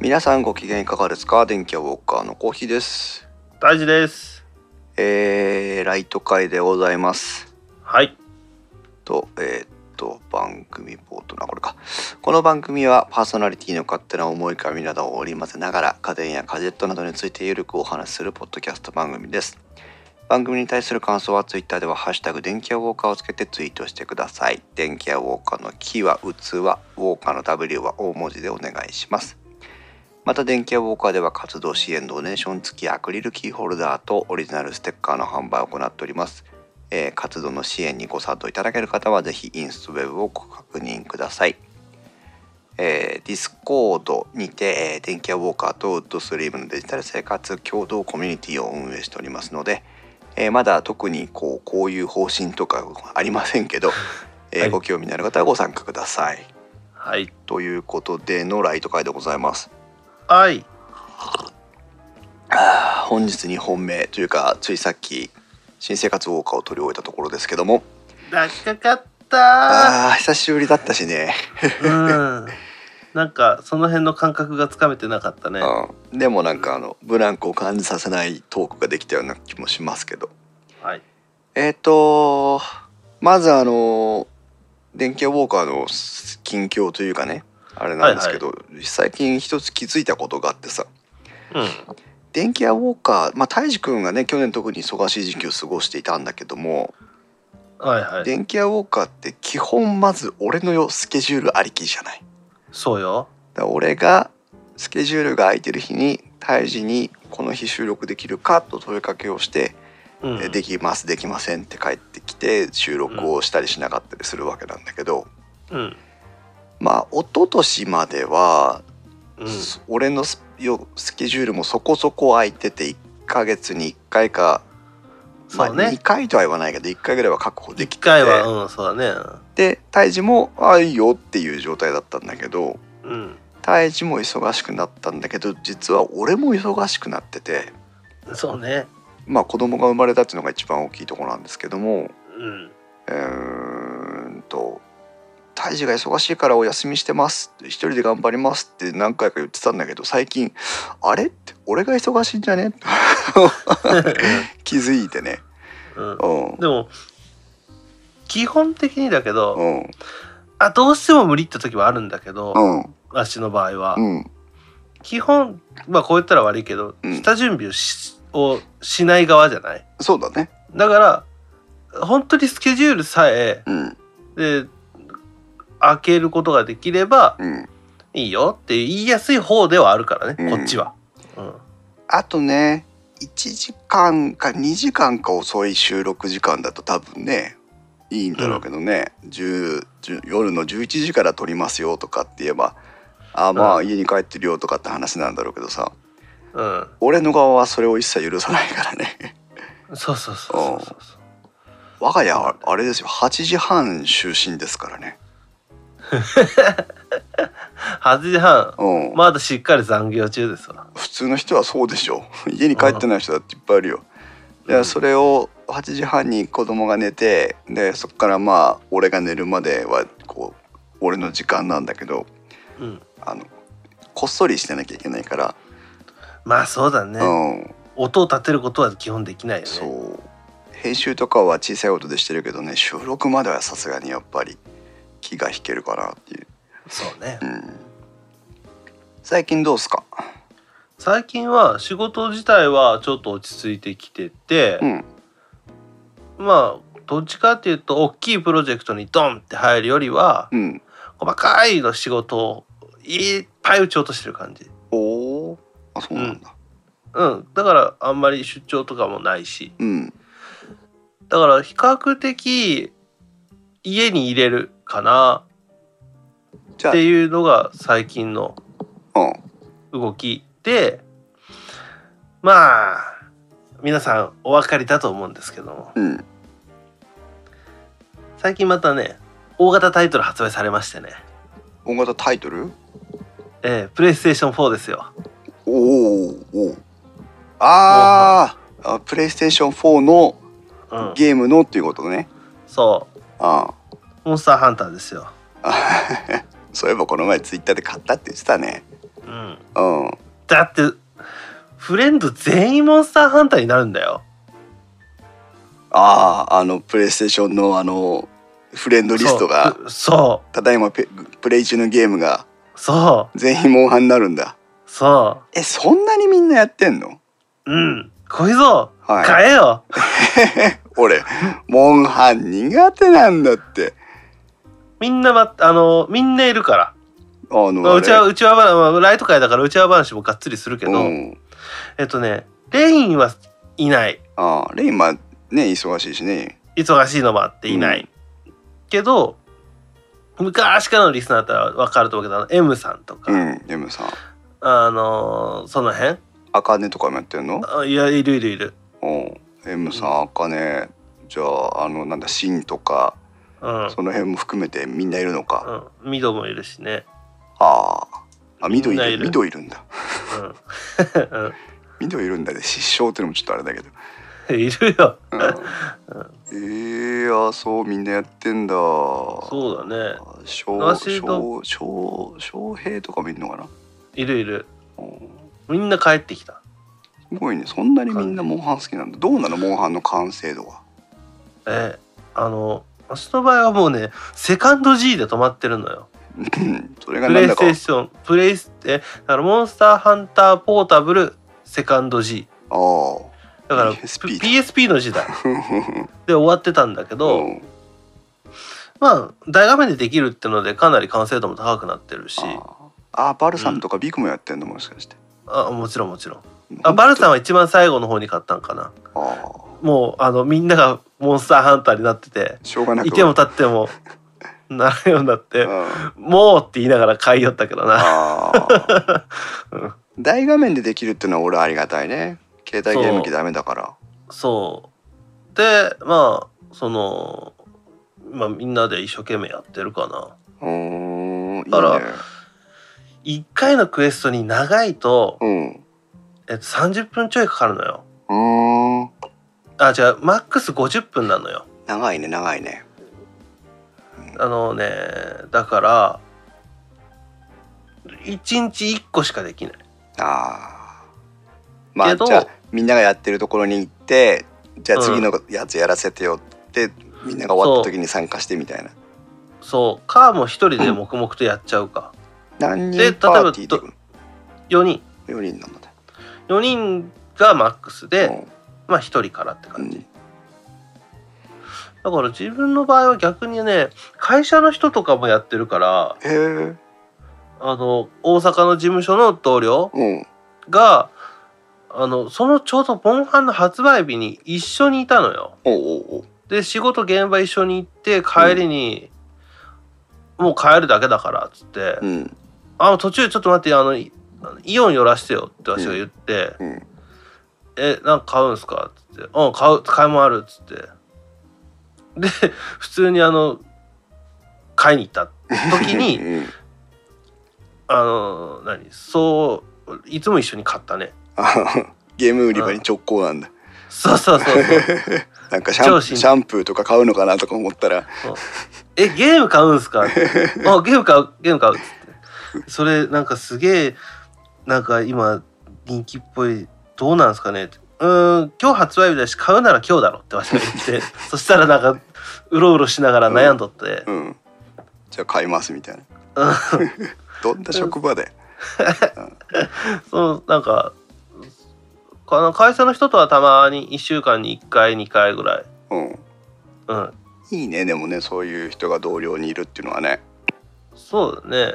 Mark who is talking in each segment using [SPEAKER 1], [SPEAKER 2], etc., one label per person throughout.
[SPEAKER 1] 皆さんご機嫌いかがですか電気屋ウォーカーのコーヒーです。
[SPEAKER 2] 大事です。
[SPEAKER 1] えー、ライト会でございます。
[SPEAKER 2] はい。
[SPEAKER 1] と、えーっと、番組冒頭な、これか。この番組はパーソナリティの勝手な思い込みなどを織り交ぜながら、家電やガジェットなどについてゆるくお話しするポッドキャスト番組です。番組に対する感想は Twitter では、ハッシュタグ電気屋ウォーカーをつけてツイートしてください。電気屋ウォーカーのキーは器、ウォーカーの W は大文字でお願いします。また電気屋ウォーカーでは活動支援ドネーション付きアクリルキーホルダーとオリジナルステッカーの販売を行っております。えー活動の支援にご賛同いただける方はぜひインストウェブをご確認ください。えー、ディスコードにて、えー電気屋ウォーカーとウッドストリームのデジタル生活共同コミュニティを運営しておりますので、えーまだ特にこうこういう方針とかありませんけど、えー
[SPEAKER 2] はい
[SPEAKER 1] ご興味のある方はご参加ください。
[SPEAKER 2] はい。
[SPEAKER 1] ということでのライト会でございます。
[SPEAKER 2] はい。
[SPEAKER 1] あー 本日2本目というかついさっき新生活ウォーカーを取り終えたところですけども
[SPEAKER 2] 長かっ
[SPEAKER 1] あ
[SPEAKER 2] た
[SPEAKER 1] ー久しぶりだったしね
[SPEAKER 2] うん。なんか、その辺の感覚がつかめてなかったね。
[SPEAKER 1] うん、でもなんかあのブランクを感じさせないトークができたような気もしますけど
[SPEAKER 2] はい。
[SPEAKER 1] えっ、とまずあの電気屋ウォーカーの近況というかねあれなんですけど、最近一つ気づいたことがあってさ
[SPEAKER 2] うん。
[SPEAKER 1] 電気屋ウォーカーまあ泰治君がね去年特に忙しい時期を過ごしていたんだけども
[SPEAKER 2] はいはい。
[SPEAKER 1] 電気屋ウォーカーって基本まず俺のよスケジュールありきじゃない。
[SPEAKER 2] そうよ。
[SPEAKER 1] だから俺がスケジュールが空いてる日に胎児に「この日収録できるか?」と問いかけをして
[SPEAKER 2] う
[SPEAKER 1] 「え
[SPEAKER 2] ん。
[SPEAKER 1] できますできません」って帰ってきて収録をしたりしなかったりするわけなんだけど、
[SPEAKER 2] うん。
[SPEAKER 1] まあ一昨年までは、
[SPEAKER 2] うん。
[SPEAKER 1] す俺のスよスケジュールもそこそこ空いてて1ヶ月に1回か、まあ、
[SPEAKER 2] そう
[SPEAKER 1] 2
[SPEAKER 2] ね。
[SPEAKER 1] 回とは言わないけど1回ぐらいは確保できて
[SPEAKER 2] 一
[SPEAKER 1] て
[SPEAKER 2] 回は、うん、そうだね。
[SPEAKER 1] で胎児も「ああいいよ」っていう状態だったんだけど
[SPEAKER 2] うん。
[SPEAKER 1] 胎児も忙しくなったんだけど実は俺も忙しくなってて。
[SPEAKER 2] そうね。
[SPEAKER 1] まあ子供が生まれたっていうのが一番大きいところなんですけども
[SPEAKER 2] うん。
[SPEAKER 1] うーんと「胎児が忙しいからお休みしてます」「一人で頑張ります」って何回か言ってたんだけど最近「あれ?」って「俺が忙しいんじゃね?」って気づいてね
[SPEAKER 2] うん。
[SPEAKER 1] うん
[SPEAKER 2] でも、基本的にだけ
[SPEAKER 1] う
[SPEAKER 2] ど、
[SPEAKER 1] ん
[SPEAKER 2] あ、どうしても無理って時はあるんだけど
[SPEAKER 1] う、ん
[SPEAKER 2] 私の場合は。
[SPEAKER 1] うん
[SPEAKER 2] 基本まあこう言ったら悪いけど、
[SPEAKER 1] うん
[SPEAKER 2] 下準備をしをしない側じゃない
[SPEAKER 1] そうだね
[SPEAKER 2] だから本当にスケジュールさえ
[SPEAKER 1] うん
[SPEAKER 2] で開けることができれば
[SPEAKER 1] うん
[SPEAKER 2] いいよって言いやすい方ではあるからね、
[SPEAKER 1] うん
[SPEAKER 2] こっちは、うん、
[SPEAKER 1] あとね1時間か2時間か遅い収録時間だと多分ねいいんだろうけどね、10 10夜の11時から撮りますよとかって言えばあまあ家に帰ってるよとかって話なんだろうけどさ
[SPEAKER 2] うん、
[SPEAKER 1] 俺の側はそれを一切許さないからね
[SPEAKER 2] そうそうそうそうそうそう
[SPEAKER 1] 我が家はあれですよ8時半就寝ですからね
[SPEAKER 2] 8時半
[SPEAKER 1] うん、
[SPEAKER 2] まだしっかり残業中ですわ
[SPEAKER 1] 普通の人はそう でしょ家に帰ってない人だっていっぱいいるよいやそれを8時半に子供が寝てでそこからまあ俺が寝るまではこう俺の時間なんだけど
[SPEAKER 2] うん
[SPEAKER 1] あのこっそりしてなきゃいけないから、
[SPEAKER 2] まあそうだね、音を立てることは基本できない
[SPEAKER 1] うん
[SPEAKER 2] よ
[SPEAKER 1] そ
[SPEAKER 2] ね
[SPEAKER 1] う編集とかは小さい音でしてるけどね収録まではさすがにやっぱり気が引けるかなっていう、
[SPEAKER 2] そうね
[SPEAKER 1] うん、最近どうっすか
[SPEAKER 2] 最近は仕事自体はちょっと落ち着いてきてて、
[SPEAKER 1] うん
[SPEAKER 2] まあどっちかっていうと大きいプロジェクトにドンって入るよりは
[SPEAKER 1] うん
[SPEAKER 2] 細かいの仕事をいっぱい打ち落としてる感じ。
[SPEAKER 1] おおあそうなんだ
[SPEAKER 2] うん、だからあんまり出張とかもないし
[SPEAKER 1] うん
[SPEAKER 2] だから比較的家に入れるかな
[SPEAKER 1] じゃあ
[SPEAKER 2] っていうのが最近の
[SPEAKER 1] うん
[SPEAKER 2] 動きでまあ皆さんお分かりだと思うんですけども
[SPEAKER 1] うん
[SPEAKER 2] 最近またね大型タイトル発売されましてね、
[SPEAKER 1] 大型タイトル
[SPEAKER 2] えー、プレイステーション4ですよ
[SPEAKER 1] おーおーあーあプレイステーション4の
[SPEAKER 2] うん、
[SPEAKER 1] ゲームのっていうことね
[SPEAKER 2] そ
[SPEAKER 1] あ
[SPEAKER 2] うモンスターハンターですよ
[SPEAKER 1] あそういえばこの前ツイッターで買ったって言ってたね
[SPEAKER 2] うん、
[SPEAKER 1] うん。
[SPEAKER 2] だってフレンド全員モンスターハンターになるんだよ
[SPEAKER 1] ああ、あの、プレイステーションのあの、フレンドリストが、
[SPEAKER 2] そうそ
[SPEAKER 1] ただいまペプレイ中のゲームが
[SPEAKER 2] うそ
[SPEAKER 1] 全員モンハンになるんだ。
[SPEAKER 2] うそ
[SPEAKER 1] え、そんなにみんなやってんの
[SPEAKER 2] ううんこいつを
[SPEAKER 1] はい。
[SPEAKER 2] 買えよ、
[SPEAKER 1] 俺、モンハン苦手なんだって。
[SPEAKER 2] みんなまあのみんないるから
[SPEAKER 1] あの、
[SPEAKER 2] まあ、
[SPEAKER 1] あ
[SPEAKER 2] う
[SPEAKER 1] れ
[SPEAKER 2] ちはうちは、まあまあ、ライト界だからうちは話もがっつりするけど、
[SPEAKER 1] うん。
[SPEAKER 2] えっとねレインはいない
[SPEAKER 1] ああ、レイン、まあ、ね、忙しいしね。
[SPEAKER 2] 忙しいのもあっていない、けど昔からのリスナーだったら分かると思うけどあの M さんとか、
[SPEAKER 1] うん、でもさん。
[SPEAKER 2] あのーその辺
[SPEAKER 1] あかねとかもやってんの
[SPEAKER 2] あいやいるいるいる、
[SPEAKER 1] うん。M さん、あかね、じゃあ、あの、なんだ、シンとか、
[SPEAKER 2] うん
[SPEAKER 1] その辺も含めてみんないるのか。
[SPEAKER 2] うん、ミドもいるしね、
[SPEAKER 1] ああ。あ、緑い
[SPEAKER 2] みんない
[SPEAKER 1] る、
[SPEAKER 2] る
[SPEAKER 1] 緑いるんだ。
[SPEAKER 2] うん
[SPEAKER 1] 緑いるんだね失笑ってのもちょっとあれだけど、
[SPEAKER 2] うん、 いるよ
[SPEAKER 1] うん えー、あそうみんなやってんだそう
[SPEAKER 2] そうだね
[SPEAKER 1] 翔
[SPEAKER 2] 私
[SPEAKER 1] 翔
[SPEAKER 2] の
[SPEAKER 1] 翔翔平とかもいるのかな、
[SPEAKER 2] いるいる
[SPEAKER 1] うん
[SPEAKER 2] みんな帰ってきた
[SPEAKER 1] すごいねそんなにみんなモンハン好きなんだどうなのモンハンの完成度は
[SPEAKER 2] えあの私の場合はもうねセカンド G で止まってるのよ
[SPEAKER 1] うんそれが
[SPEAKER 2] プ
[SPEAKER 1] なん
[SPEAKER 2] レイ
[SPEAKER 1] だ
[SPEAKER 2] ス
[SPEAKER 1] か
[SPEAKER 2] テーションプレイスえだからモンスターハンターポータブルセカンド G
[SPEAKER 1] ああ
[SPEAKER 2] だから
[SPEAKER 1] PSP だ
[SPEAKER 2] PSP の 時代
[SPEAKER 1] ふんふんふん
[SPEAKER 2] で終わってたんだけど、
[SPEAKER 1] うん
[SPEAKER 2] まあ大画面でできるってのでかなり完成度も高くなってるし
[SPEAKER 1] あああバルさんとかビクもやってんのもしかして
[SPEAKER 2] あもちろんもちろんあバルさ
[SPEAKER 1] ん
[SPEAKER 2] んは一番最後の方に買ったんかな
[SPEAKER 1] ああ
[SPEAKER 2] もうあのみんながモンスターハンターになってて
[SPEAKER 1] しょうがなく
[SPEAKER 2] いても立って もなるようになっ
[SPEAKER 1] う
[SPEAKER 2] て
[SPEAKER 1] ん、あ
[SPEAKER 2] 「もう」って言いながら買いよったけどな
[SPEAKER 1] あ
[SPEAKER 2] うん
[SPEAKER 1] 大画面でできるってのは俺ありがたいね携帯ゲーム機ダメだから
[SPEAKER 2] そうでまあそのまあみんなで一生懸命やってるかな
[SPEAKER 1] うーんいいね
[SPEAKER 2] だから1回のクエストに長いと、
[SPEAKER 1] うんう
[SPEAKER 2] えっと、30分ちょいかかるのよ
[SPEAKER 1] ーん
[SPEAKER 2] あ違うマックス50分なのよ
[SPEAKER 1] 長いね長いね
[SPEAKER 2] あのねだから1日1個しかできない
[SPEAKER 1] あーまあ
[SPEAKER 2] けど
[SPEAKER 1] じゃあみんながやってるところに行ってじゃあ次のやつやらせてよって、みんなが終わった時に参加してみたいな
[SPEAKER 2] そうかもう1人で黙々とやっちゃうか、
[SPEAKER 1] 何
[SPEAKER 2] で例え
[SPEAKER 1] 人
[SPEAKER 2] ば
[SPEAKER 1] パーティーで行く
[SPEAKER 2] 4人
[SPEAKER 1] の4人なんだ
[SPEAKER 2] 4人がマックスで、
[SPEAKER 1] ね
[SPEAKER 2] まあ1人からって
[SPEAKER 1] う
[SPEAKER 2] 感
[SPEAKER 1] ん
[SPEAKER 2] じ、だから自分の場合は逆にね会社の人とかもやってるから
[SPEAKER 1] へえ
[SPEAKER 2] あの大阪の事務所の同僚
[SPEAKER 1] うん
[SPEAKER 2] があのそのちょうどモンハンの発売日に一緒にいたのよ。
[SPEAKER 1] おうおうおう
[SPEAKER 2] で仕事現場一緒に行って帰りに、もう帰るだけだから」っつって「
[SPEAKER 1] うん
[SPEAKER 2] あ途中ちょっと待ってあのイあのイオン寄らしてよ」って私が言って「
[SPEAKER 1] うん
[SPEAKER 2] えなんか買うんすか?」っつって「うん買う買い物ある」っつってで普通にあの買いに行った時 に
[SPEAKER 1] うん
[SPEAKER 2] あの何そういつも一緒に買ったね
[SPEAKER 1] あゲーム売り場に直行なんだ
[SPEAKER 2] そうそうそうそう
[SPEAKER 1] なんかシャン
[SPEAKER 2] 上
[SPEAKER 1] プー
[SPEAKER 2] 司
[SPEAKER 1] シャンプーとか買うのかなとか思ったら
[SPEAKER 2] えゲーム買うんすか?」あゲーム買うゲーム買う」っつってそれなんかすげえなんか今人気っぽいどうなんすかねってうーん今日発売日だし買うなら今日だろって私が言ってそしたらなんかうろうろしながら悩んどって、
[SPEAKER 1] うんじゃあ買いますみたいな
[SPEAKER 2] うん
[SPEAKER 1] どんな職場で
[SPEAKER 2] そのなんかあの会社の人とはたまに1週間に1回2回ぐらい、
[SPEAKER 1] うん
[SPEAKER 2] うん、
[SPEAKER 1] いいねでもねそういう人が同僚にいるっていうのはね
[SPEAKER 2] そうだね。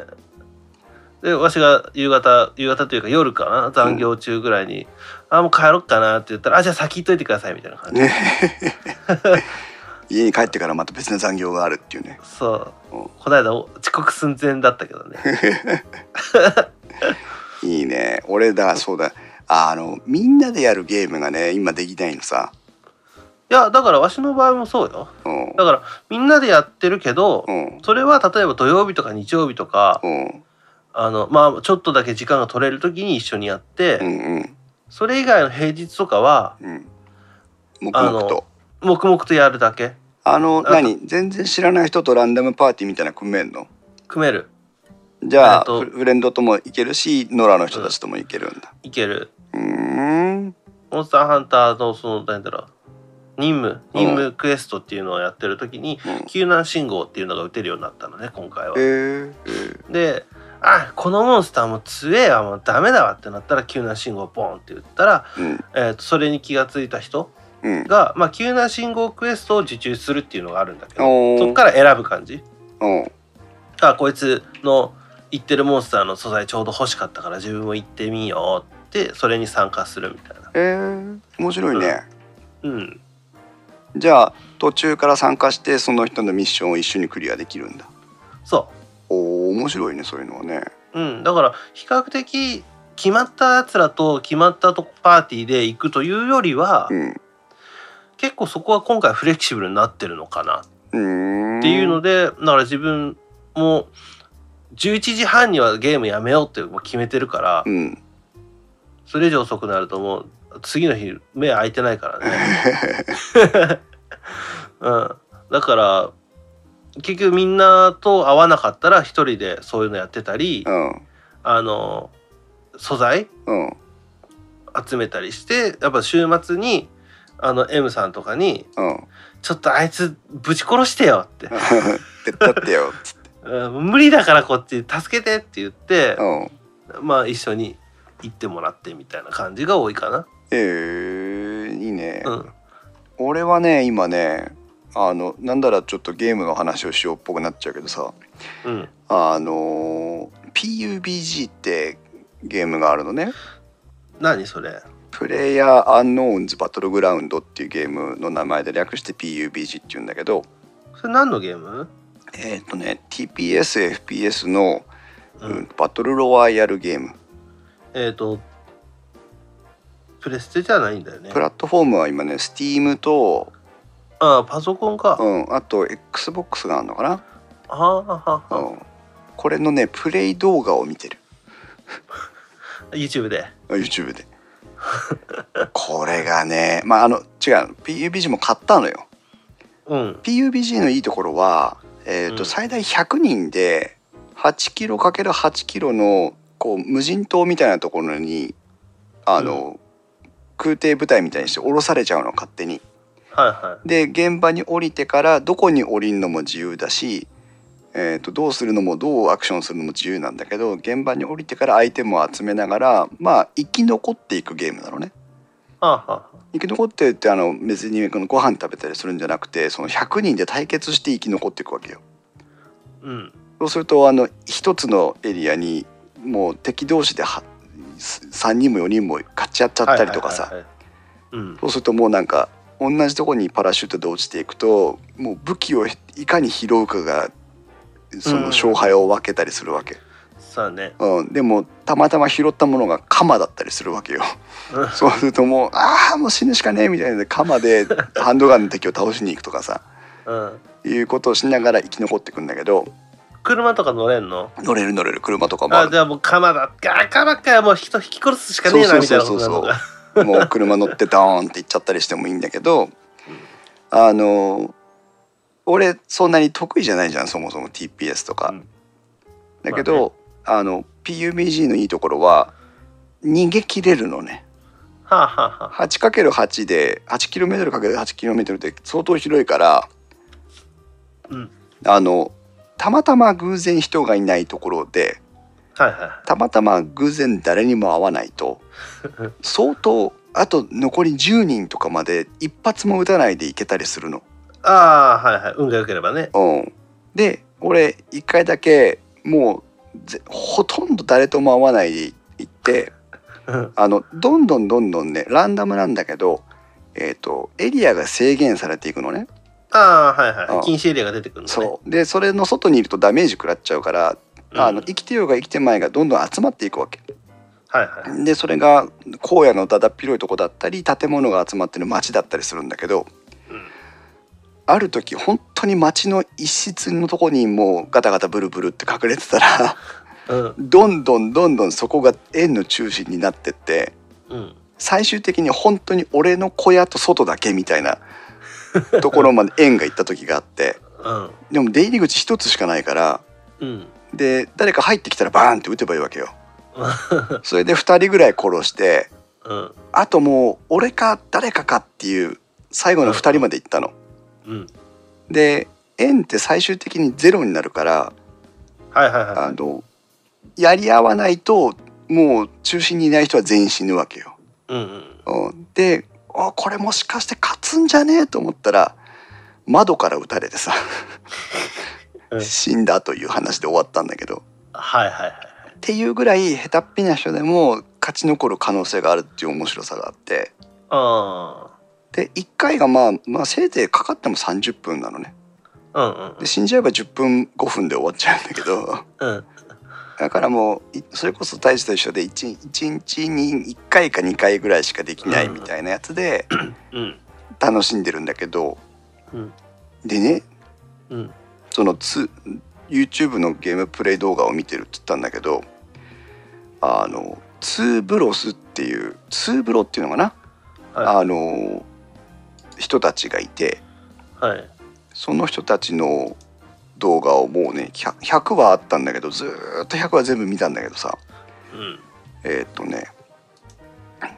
[SPEAKER 2] で、わしが夕方、夕方というか夜かな、残業中ぐらいに、あ、もう帰ろっかなって言ったら、あ、じゃあ先行っといてくださいみたいな感じ。
[SPEAKER 1] ね家に帰ってからまた別の残業があるっていうね
[SPEAKER 2] そう
[SPEAKER 1] うん。
[SPEAKER 2] こないだお遅刻寸前だったけどね。
[SPEAKER 1] いいね俺だそうだあのみんなでやるゲームがね今できないのさ
[SPEAKER 2] いや、だからわしの場合もそうよ。
[SPEAKER 1] うん
[SPEAKER 2] だからみんなでやってるけど、
[SPEAKER 1] うん
[SPEAKER 2] それは例えば土曜日とか日曜日とか、
[SPEAKER 1] うん
[SPEAKER 2] あの、まあちょっとだけ時間が取れる時に一緒にやって、
[SPEAKER 1] うんうん
[SPEAKER 2] それ以外の平日とかは、
[SPEAKER 1] うん黙々と
[SPEAKER 2] 黙々とやるだけ。
[SPEAKER 1] あの
[SPEAKER 2] あと
[SPEAKER 1] 何全然知らない人とランダムパーティーみたいなの組めんの
[SPEAKER 2] 組める。
[SPEAKER 1] じゃ
[SPEAKER 2] え
[SPEAKER 1] あ
[SPEAKER 2] っと
[SPEAKER 1] フフレンドとも行けるしノラの人たちとも行けるんだ
[SPEAKER 2] いける。
[SPEAKER 1] うーん
[SPEAKER 2] モンスターハンターのその何だろう任務任務クエストっていうのをやってる時に
[SPEAKER 1] うん
[SPEAKER 2] 救難信号っていうのが打てるようになったのね今回は
[SPEAKER 1] え。ー、えー
[SPEAKER 2] で「あこのモンスターも強えわもうダメだわ」ってなったら救難信号をボンって打ったら、
[SPEAKER 1] うん
[SPEAKER 2] えーとそれに気がついた人
[SPEAKER 1] うん
[SPEAKER 2] が、まあ、救難信号クエストを受注するっていうのがあるんだけど
[SPEAKER 1] おー
[SPEAKER 2] そっから選ぶ感じ
[SPEAKER 1] おう
[SPEAKER 2] あこいつの言ってるモンスターの素材ちょうど欲しかったから自分も行ってみようってそれに参加するみたいな。
[SPEAKER 1] えー、面白いね、
[SPEAKER 2] うん
[SPEAKER 1] じゃあ途中から参加してその人のミッションを一緒にクリアできるんだ
[SPEAKER 2] そう
[SPEAKER 1] おお面白いねそういうのはね
[SPEAKER 2] うん、だから比較的決まったやつらと決まったとこパーティーで行くというよりは、
[SPEAKER 1] うん
[SPEAKER 2] 結構そこは今回フレキシブルになってるのかな
[SPEAKER 1] うーん
[SPEAKER 2] っていうので、だから自分も11時半にはゲームやめようってもう決めてるから、
[SPEAKER 1] うん
[SPEAKER 2] それ以上遅くなるともう次の日目開いてないからね、 うん、だから結局みんなと会わなかったら一人でそういうのやってたり、
[SPEAKER 1] うん
[SPEAKER 2] あの素材
[SPEAKER 1] うん
[SPEAKER 2] 集めたりしてやっぱ週末にあの M さんとかに
[SPEAKER 1] うん
[SPEAKER 2] 「ちょっとあいつぶち殺してよ」って
[SPEAKER 1] 手伝って よつって
[SPEAKER 2] 「うん無理だからこっち助けて」って言って
[SPEAKER 1] うん
[SPEAKER 2] まあ一緒に行ってもらってみたいな感じが多いかな。
[SPEAKER 1] えー、いいね、
[SPEAKER 2] うん、
[SPEAKER 1] 俺はね今ねあのなんだらちょっとゲームの話をしようっぽくなっちゃうけどさ
[SPEAKER 2] うん、
[SPEAKER 1] あのー PUBG ってゲームがあるのね
[SPEAKER 2] 何それ
[SPEAKER 1] プレイヤーアンノーンズバトルグラウンドっていうゲームの名前で略して PUBG っていうんだけど
[SPEAKER 2] それ何のゲーム、
[SPEAKER 1] えっ、とね TPSFPS の、
[SPEAKER 2] う
[SPEAKER 1] うんん、バトルロワイヤルゲーム
[SPEAKER 2] えっ、とプレステじゃないんだよね
[SPEAKER 1] プ。ラットフォームは今ね Steam と、
[SPEAKER 2] ああパソコンか。あ
[SPEAKER 1] うん、あと XBOX があるのかな
[SPEAKER 2] あはは
[SPEAKER 1] う
[SPEAKER 2] は
[SPEAKER 1] ん、これのねプレイ動画を見てる
[SPEAKER 2] YouTube で。
[SPEAKER 1] YouTube で これがねまああの違う PUBG も買ったのよ
[SPEAKER 2] うん。
[SPEAKER 1] PUBG のいいところは、えーと
[SPEAKER 2] うん
[SPEAKER 1] 最大100人で8キロ ×8 キロのこう無人島みたいなところにあの、空挺部隊みたいにして降ろされちゃうの勝手に
[SPEAKER 2] はいは
[SPEAKER 1] で現場に降りてからどこに降りるのも自由だし、えー、とどうするのもどうアクションするのも自由なんだけど現場に降りてからアイテムを集めながらまあ生き残っていくゲームなのね。
[SPEAKER 2] い。はあ、は
[SPEAKER 1] 生き残ってってあの別にこのご飯食べたりするんじゃなくてその100人で対決して生き残っていくわけよ。
[SPEAKER 2] あ、うん。
[SPEAKER 1] そうするとあの一つのエリアにもう敵同士では3人も4人も勝ち合っちゃったりとかさ
[SPEAKER 2] はいはいはいはい。うん。
[SPEAKER 1] そうするともうなんか同じとこにパラシュートで落ちていくともう武器をいかに拾うかがそ
[SPEAKER 2] うん
[SPEAKER 1] の勝敗を分けたりするわけ、
[SPEAKER 2] さあね。
[SPEAKER 1] うんでもたまたま拾ったものが鎌だったりするわけよ
[SPEAKER 2] うん
[SPEAKER 1] そうするともうああもう死ぬしかねえみたいなので鎌でハンドガンの敵を倒しに行くとかさ
[SPEAKER 2] うん、
[SPEAKER 1] いうことをしながら生き残っていくんだけど
[SPEAKER 2] 車とか乗れんの
[SPEAKER 1] 乗れる乗れる車とかもあ
[SPEAKER 2] あ
[SPEAKER 1] る
[SPEAKER 2] じゃあもう鎌だガー鎌かよもう人引き殺すしかねえなみたいなことなのか
[SPEAKER 1] そうもう車乗ってドーンって行っちゃったりしてもいいんだけどあの俺そんなに得意じゃないじゃんそもそも TPS とか。
[SPEAKER 2] うん
[SPEAKER 1] だけど、あの PUBG のいいところは逃げ切れるのね
[SPEAKER 2] はあはあはあ
[SPEAKER 1] 8×8 で 8km×8km で相当広いから、
[SPEAKER 2] うん
[SPEAKER 1] あのたまたま偶然人がいないところで
[SPEAKER 2] はいは
[SPEAKER 1] たまたま偶然誰にも会わない と相当あと残り10人とかまで一発も打たないでいけたりするの。
[SPEAKER 2] いああはいはい運が良ければね
[SPEAKER 1] うん、で俺一回だけもうぜほとんど誰とも会わないで行って
[SPEAKER 2] うん
[SPEAKER 1] あのどんどんどんどんねランダムなんだけど、えー、とエリアが制限されていくのね。
[SPEAKER 2] ああはい
[SPEAKER 1] うん
[SPEAKER 2] はい禁止エリアが出てくるのね
[SPEAKER 1] そうでそれの外にいるとダメージ食らっちゃうから、
[SPEAKER 2] うん
[SPEAKER 1] あの生きてようが生きてまいがどんどん集まっていくわけ。
[SPEAKER 2] はいはい
[SPEAKER 1] でそれが荒野のだだっ広いとこだったり建物が集まってる町だったりするんだけど
[SPEAKER 2] うん
[SPEAKER 1] ある時本当に町の一室のとこにもうガタガタブルブルって隠れてたら
[SPEAKER 2] うん
[SPEAKER 1] どんどんどんどんそこが円の中心になってって
[SPEAKER 2] うん
[SPEAKER 1] 最終的に本当に俺の小屋と外だけみたいなところまで円が行った時があって
[SPEAKER 2] うん
[SPEAKER 1] でも出入り口一つしかないから
[SPEAKER 2] うん
[SPEAKER 1] で誰か入ってきたらバーンって撃てばいいわけよそれで2人ぐらい殺して
[SPEAKER 2] うん
[SPEAKER 1] あともう俺か誰かかっていう最後の2人まで行ったの
[SPEAKER 2] うん
[SPEAKER 1] で円って最終的にゼロになるから
[SPEAKER 2] はいはいは
[SPEAKER 1] あのやり合わないともう中心にいない人は全員死ぬわけよ
[SPEAKER 2] いうんうん
[SPEAKER 1] うんであこれもしかして勝つんじゃねえと思ったら窓から撃たれてさ
[SPEAKER 2] うん
[SPEAKER 1] 死んだという話で終わったんだけど
[SPEAKER 2] はいはいはい
[SPEAKER 1] っていうぐらい下手っぴな人でも勝ち残る可能性があるっていう面白さがあって
[SPEAKER 2] あ
[SPEAKER 1] で1回がまあまあせいぜいかかっても30分なのね
[SPEAKER 2] あうんうん
[SPEAKER 1] で死んじゃえば10分5分で終わっちゃうんだけど
[SPEAKER 2] うん
[SPEAKER 1] だからもういそれこそ大地と一緒で 1, 日に1回か2回ぐらいしかできないみたいなやつで
[SPEAKER 2] うん
[SPEAKER 1] 楽しんでるんだけど、
[SPEAKER 2] うん
[SPEAKER 1] でね
[SPEAKER 2] うん
[SPEAKER 1] そのつ YouTube のゲームプレイ動画を見てるって言ったんだけどあのツーブロスっていうツーブロっていうのかな、
[SPEAKER 2] は
[SPEAKER 1] あの人たちがいて
[SPEAKER 2] はい
[SPEAKER 1] その人たちの動画をもうね 100, 100はあったんだけどずーっと100は全部見たんだけどさ
[SPEAKER 2] うん
[SPEAKER 1] えーっとね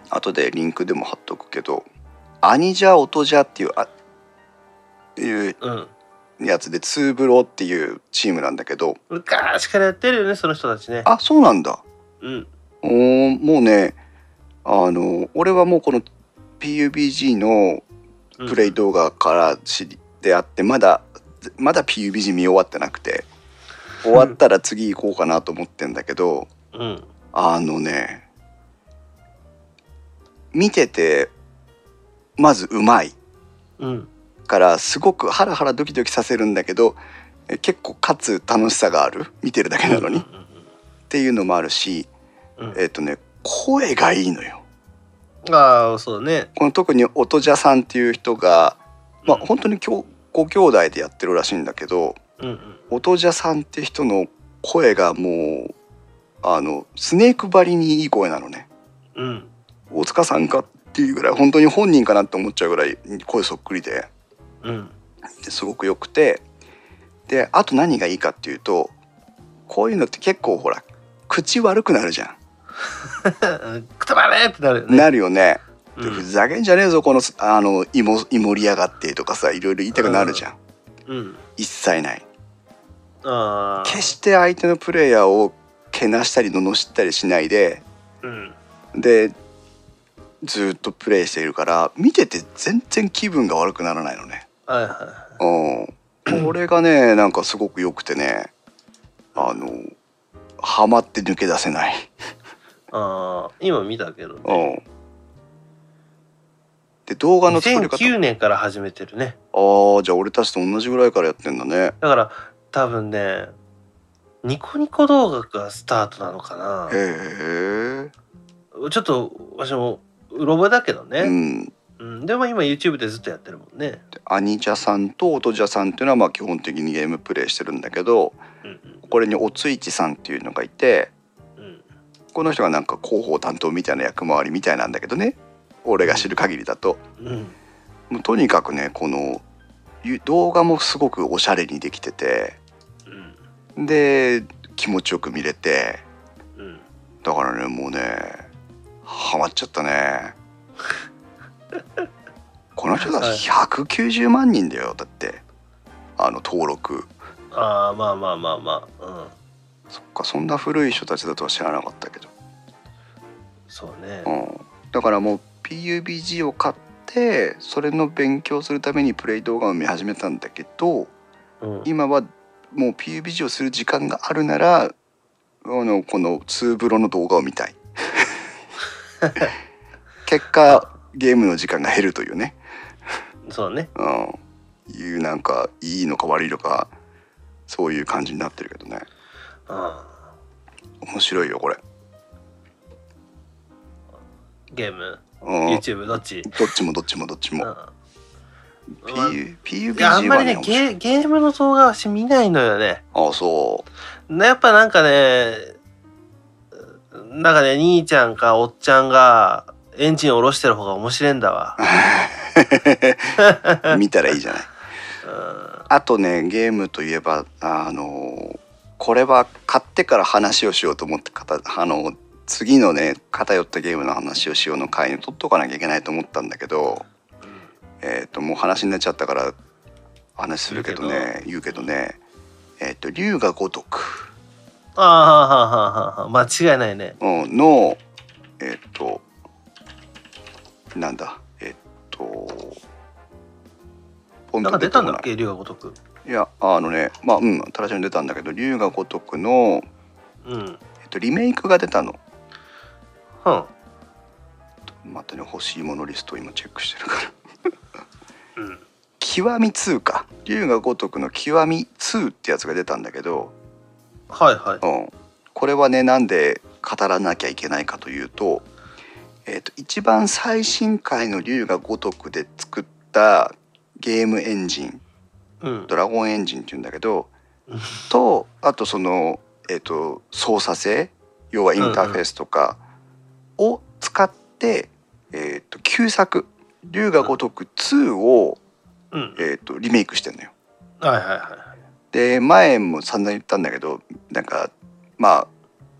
[SPEAKER 1] 後でリンクでも貼っとくけど「アニジャオトジャ」っていうあいう
[SPEAKER 2] うん
[SPEAKER 1] やつでツーブロっていうチームなんだけど
[SPEAKER 2] 昔からやってるよねその人たちね
[SPEAKER 1] あそうなんだ
[SPEAKER 2] うん
[SPEAKER 1] おーもうねあの俺はもうこの PUBG の
[SPEAKER 2] うん
[SPEAKER 1] プレイ動画から知りであってまだまだ PUBG 見終わってなくて終わったら次行こうかなと思ってんだけど
[SPEAKER 2] うん
[SPEAKER 1] あのね見ててまずうまい
[SPEAKER 2] うん
[SPEAKER 1] からすごくハラハラドキドキさせるんだけどえ結構かつ楽しさがある見てるだけなのに、
[SPEAKER 2] う
[SPEAKER 1] っ
[SPEAKER 2] ん
[SPEAKER 1] ていうのもあるし
[SPEAKER 2] うんうんうん
[SPEAKER 1] えっ、とね声がいいのよ。
[SPEAKER 2] ああそうだね
[SPEAKER 1] この特に音じゃさんっていう人が、まあ、
[SPEAKER 2] うん
[SPEAKER 1] 本当にきょご兄弟でやってるらしいんだけど
[SPEAKER 2] うんうん
[SPEAKER 1] 音じゃさんって人の声がもうあのスネークばりにいい声なのね
[SPEAKER 2] うん
[SPEAKER 1] 大塚さんかっていうぐらい本当に本人かなって思っちゃうぐらい声そっくりで
[SPEAKER 2] うん
[SPEAKER 1] ですごく良くてであと何がいいかっていうとこういうのって結構ほら口悪くなるじゃ
[SPEAKER 2] くたばれってなるよ
[SPEAKER 1] ん、
[SPEAKER 2] ね
[SPEAKER 1] なるよね、
[SPEAKER 2] う
[SPEAKER 1] でふ
[SPEAKER 2] ん
[SPEAKER 1] ざけんじゃねえぞこのあのいもいもりやがってとかさいろいろ言いたくなるじゃん、
[SPEAKER 2] うん
[SPEAKER 1] 一切ない
[SPEAKER 2] ああ
[SPEAKER 1] 決して相手のプレイヤーをけなしたり罵ったりしないで
[SPEAKER 2] うん
[SPEAKER 1] でずーっとプレイしているから見てて全然気分が悪くならないのね。
[SPEAKER 2] はいは
[SPEAKER 1] うん、これがねなんかすごく良くてねあのハマって抜け出せない。
[SPEAKER 2] いああ今見たけど
[SPEAKER 1] う
[SPEAKER 2] ね
[SPEAKER 1] ん、で動画の作り方
[SPEAKER 2] 2009年から始めてるね
[SPEAKER 1] あーじゃあ俺たちと同じぐらいからやってんだね。
[SPEAKER 2] だから多分ねニコニコ動画がスタートなのか
[SPEAKER 1] へ
[SPEAKER 2] な
[SPEAKER 1] え。
[SPEAKER 2] ちょっと私もうろ覚えだけど
[SPEAKER 1] う
[SPEAKER 2] ね、
[SPEAKER 1] ん。
[SPEAKER 2] うん、でも今 YouTube でずっとやってるもんね、
[SPEAKER 1] アニジャさんとオトジャさんっていうのはまあ基本的にゲームプレイしてるんだけど
[SPEAKER 2] うん
[SPEAKER 1] これにおついちさんっていうのがいて
[SPEAKER 2] うんうん、
[SPEAKER 1] この人がなんか広報担当みたいな役回りみたいなんだけどね俺が知る限りだと
[SPEAKER 2] うん
[SPEAKER 1] もうとにかくねこのゆ動画もすごくおしゃれにできてて
[SPEAKER 2] うん
[SPEAKER 1] で気持ちよく見れて
[SPEAKER 2] うん
[SPEAKER 1] だからねもうねハマっちゃった ねこの人だ
[SPEAKER 2] はい
[SPEAKER 1] 190万人だよだってあの登録
[SPEAKER 2] ああまあまあまあまあうん
[SPEAKER 1] そっかそんな古い人たちだとは知らなかったけど
[SPEAKER 2] そうね
[SPEAKER 1] うん、だからもう PUBG を買ってそれの勉強するためにプレイ動画を見始めたんだけど
[SPEAKER 2] うん
[SPEAKER 1] 今はもう PUBG をする時間があるならあのこのツーブロの動画を見 たい結果ゲームの時間が減るというね、
[SPEAKER 2] そうね
[SPEAKER 1] うん、いうなんかいいのか悪いのかそういう感じになってるけどね
[SPEAKER 2] あ
[SPEAKER 1] 面白いよこれ、
[SPEAKER 2] ゲーム
[SPEAKER 1] うん、
[SPEAKER 2] YouTube どっち
[SPEAKER 1] どっちもどっちもどっち
[SPEAKER 2] うん
[SPEAKER 1] も、
[SPEAKER 2] まあ
[SPEAKER 1] PU
[SPEAKER 2] いやあん
[SPEAKER 1] PUBG
[SPEAKER 2] ま
[SPEAKER 1] は
[SPEAKER 2] り
[SPEAKER 1] ね
[SPEAKER 2] ね
[SPEAKER 1] 面白い
[SPEAKER 2] ゲゲームの動画は私見ないのよね
[SPEAKER 1] ああそう
[SPEAKER 2] ねやっぱなんかね、なんかね、兄ちゃんかおっちゃんがエンジンを下ろしてる方が面白いん だわ。
[SPEAKER 1] 見たらいいじゃない。
[SPEAKER 2] うん
[SPEAKER 1] あとねゲームといえばあのこれは買ってから話をしようと思ってかたあの次のね偏ったゲームの話をしようの回に取っとかなきゃいけないと思ったんだけど、えー、ともう話になっちゃったから話するけどね言うけどねえっ、と龍が如く。
[SPEAKER 2] ああはあはあはあはあ間違いないね
[SPEAKER 1] うんのえっとなんだえっとポン
[SPEAKER 2] なん
[SPEAKER 1] と
[SPEAKER 2] か
[SPEAKER 1] 出
[SPEAKER 2] 出
[SPEAKER 1] て
[SPEAKER 2] た
[SPEAKER 1] こな
[SPEAKER 2] んだ
[SPEAKER 1] い
[SPEAKER 2] っけ龍が如く
[SPEAKER 1] いやあのねまあうん正しいの出たんだけど龍が如くの、
[SPEAKER 2] うん
[SPEAKER 1] えっと、リメイクが出たの
[SPEAKER 2] はん
[SPEAKER 1] またね欲しいものリストを今チェックしてるから
[SPEAKER 2] うん
[SPEAKER 1] 極み2か龍が如くの極み2ってやつが出たんだけど、
[SPEAKER 2] はいはい
[SPEAKER 1] うん、これはねなんで語らなきゃいけないかというと,、えっと一番最新回の龍が如くで作ったゲームエンジン
[SPEAKER 2] うん
[SPEAKER 1] ドラゴンエンジンっていうんだけど
[SPEAKER 2] うん
[SPEAKER 1] とあとその、えっと操作性要はインターフェースとかを使って、えっと旧作「龍が如く2を」
[SPEAKER 2] うん
[SPEAKER 1] えっとリメイクしてんのよ。
[SPEAKER 2] はいはいはい
[SPEAKER 1] で前も散々言ったんだけどなんかまあ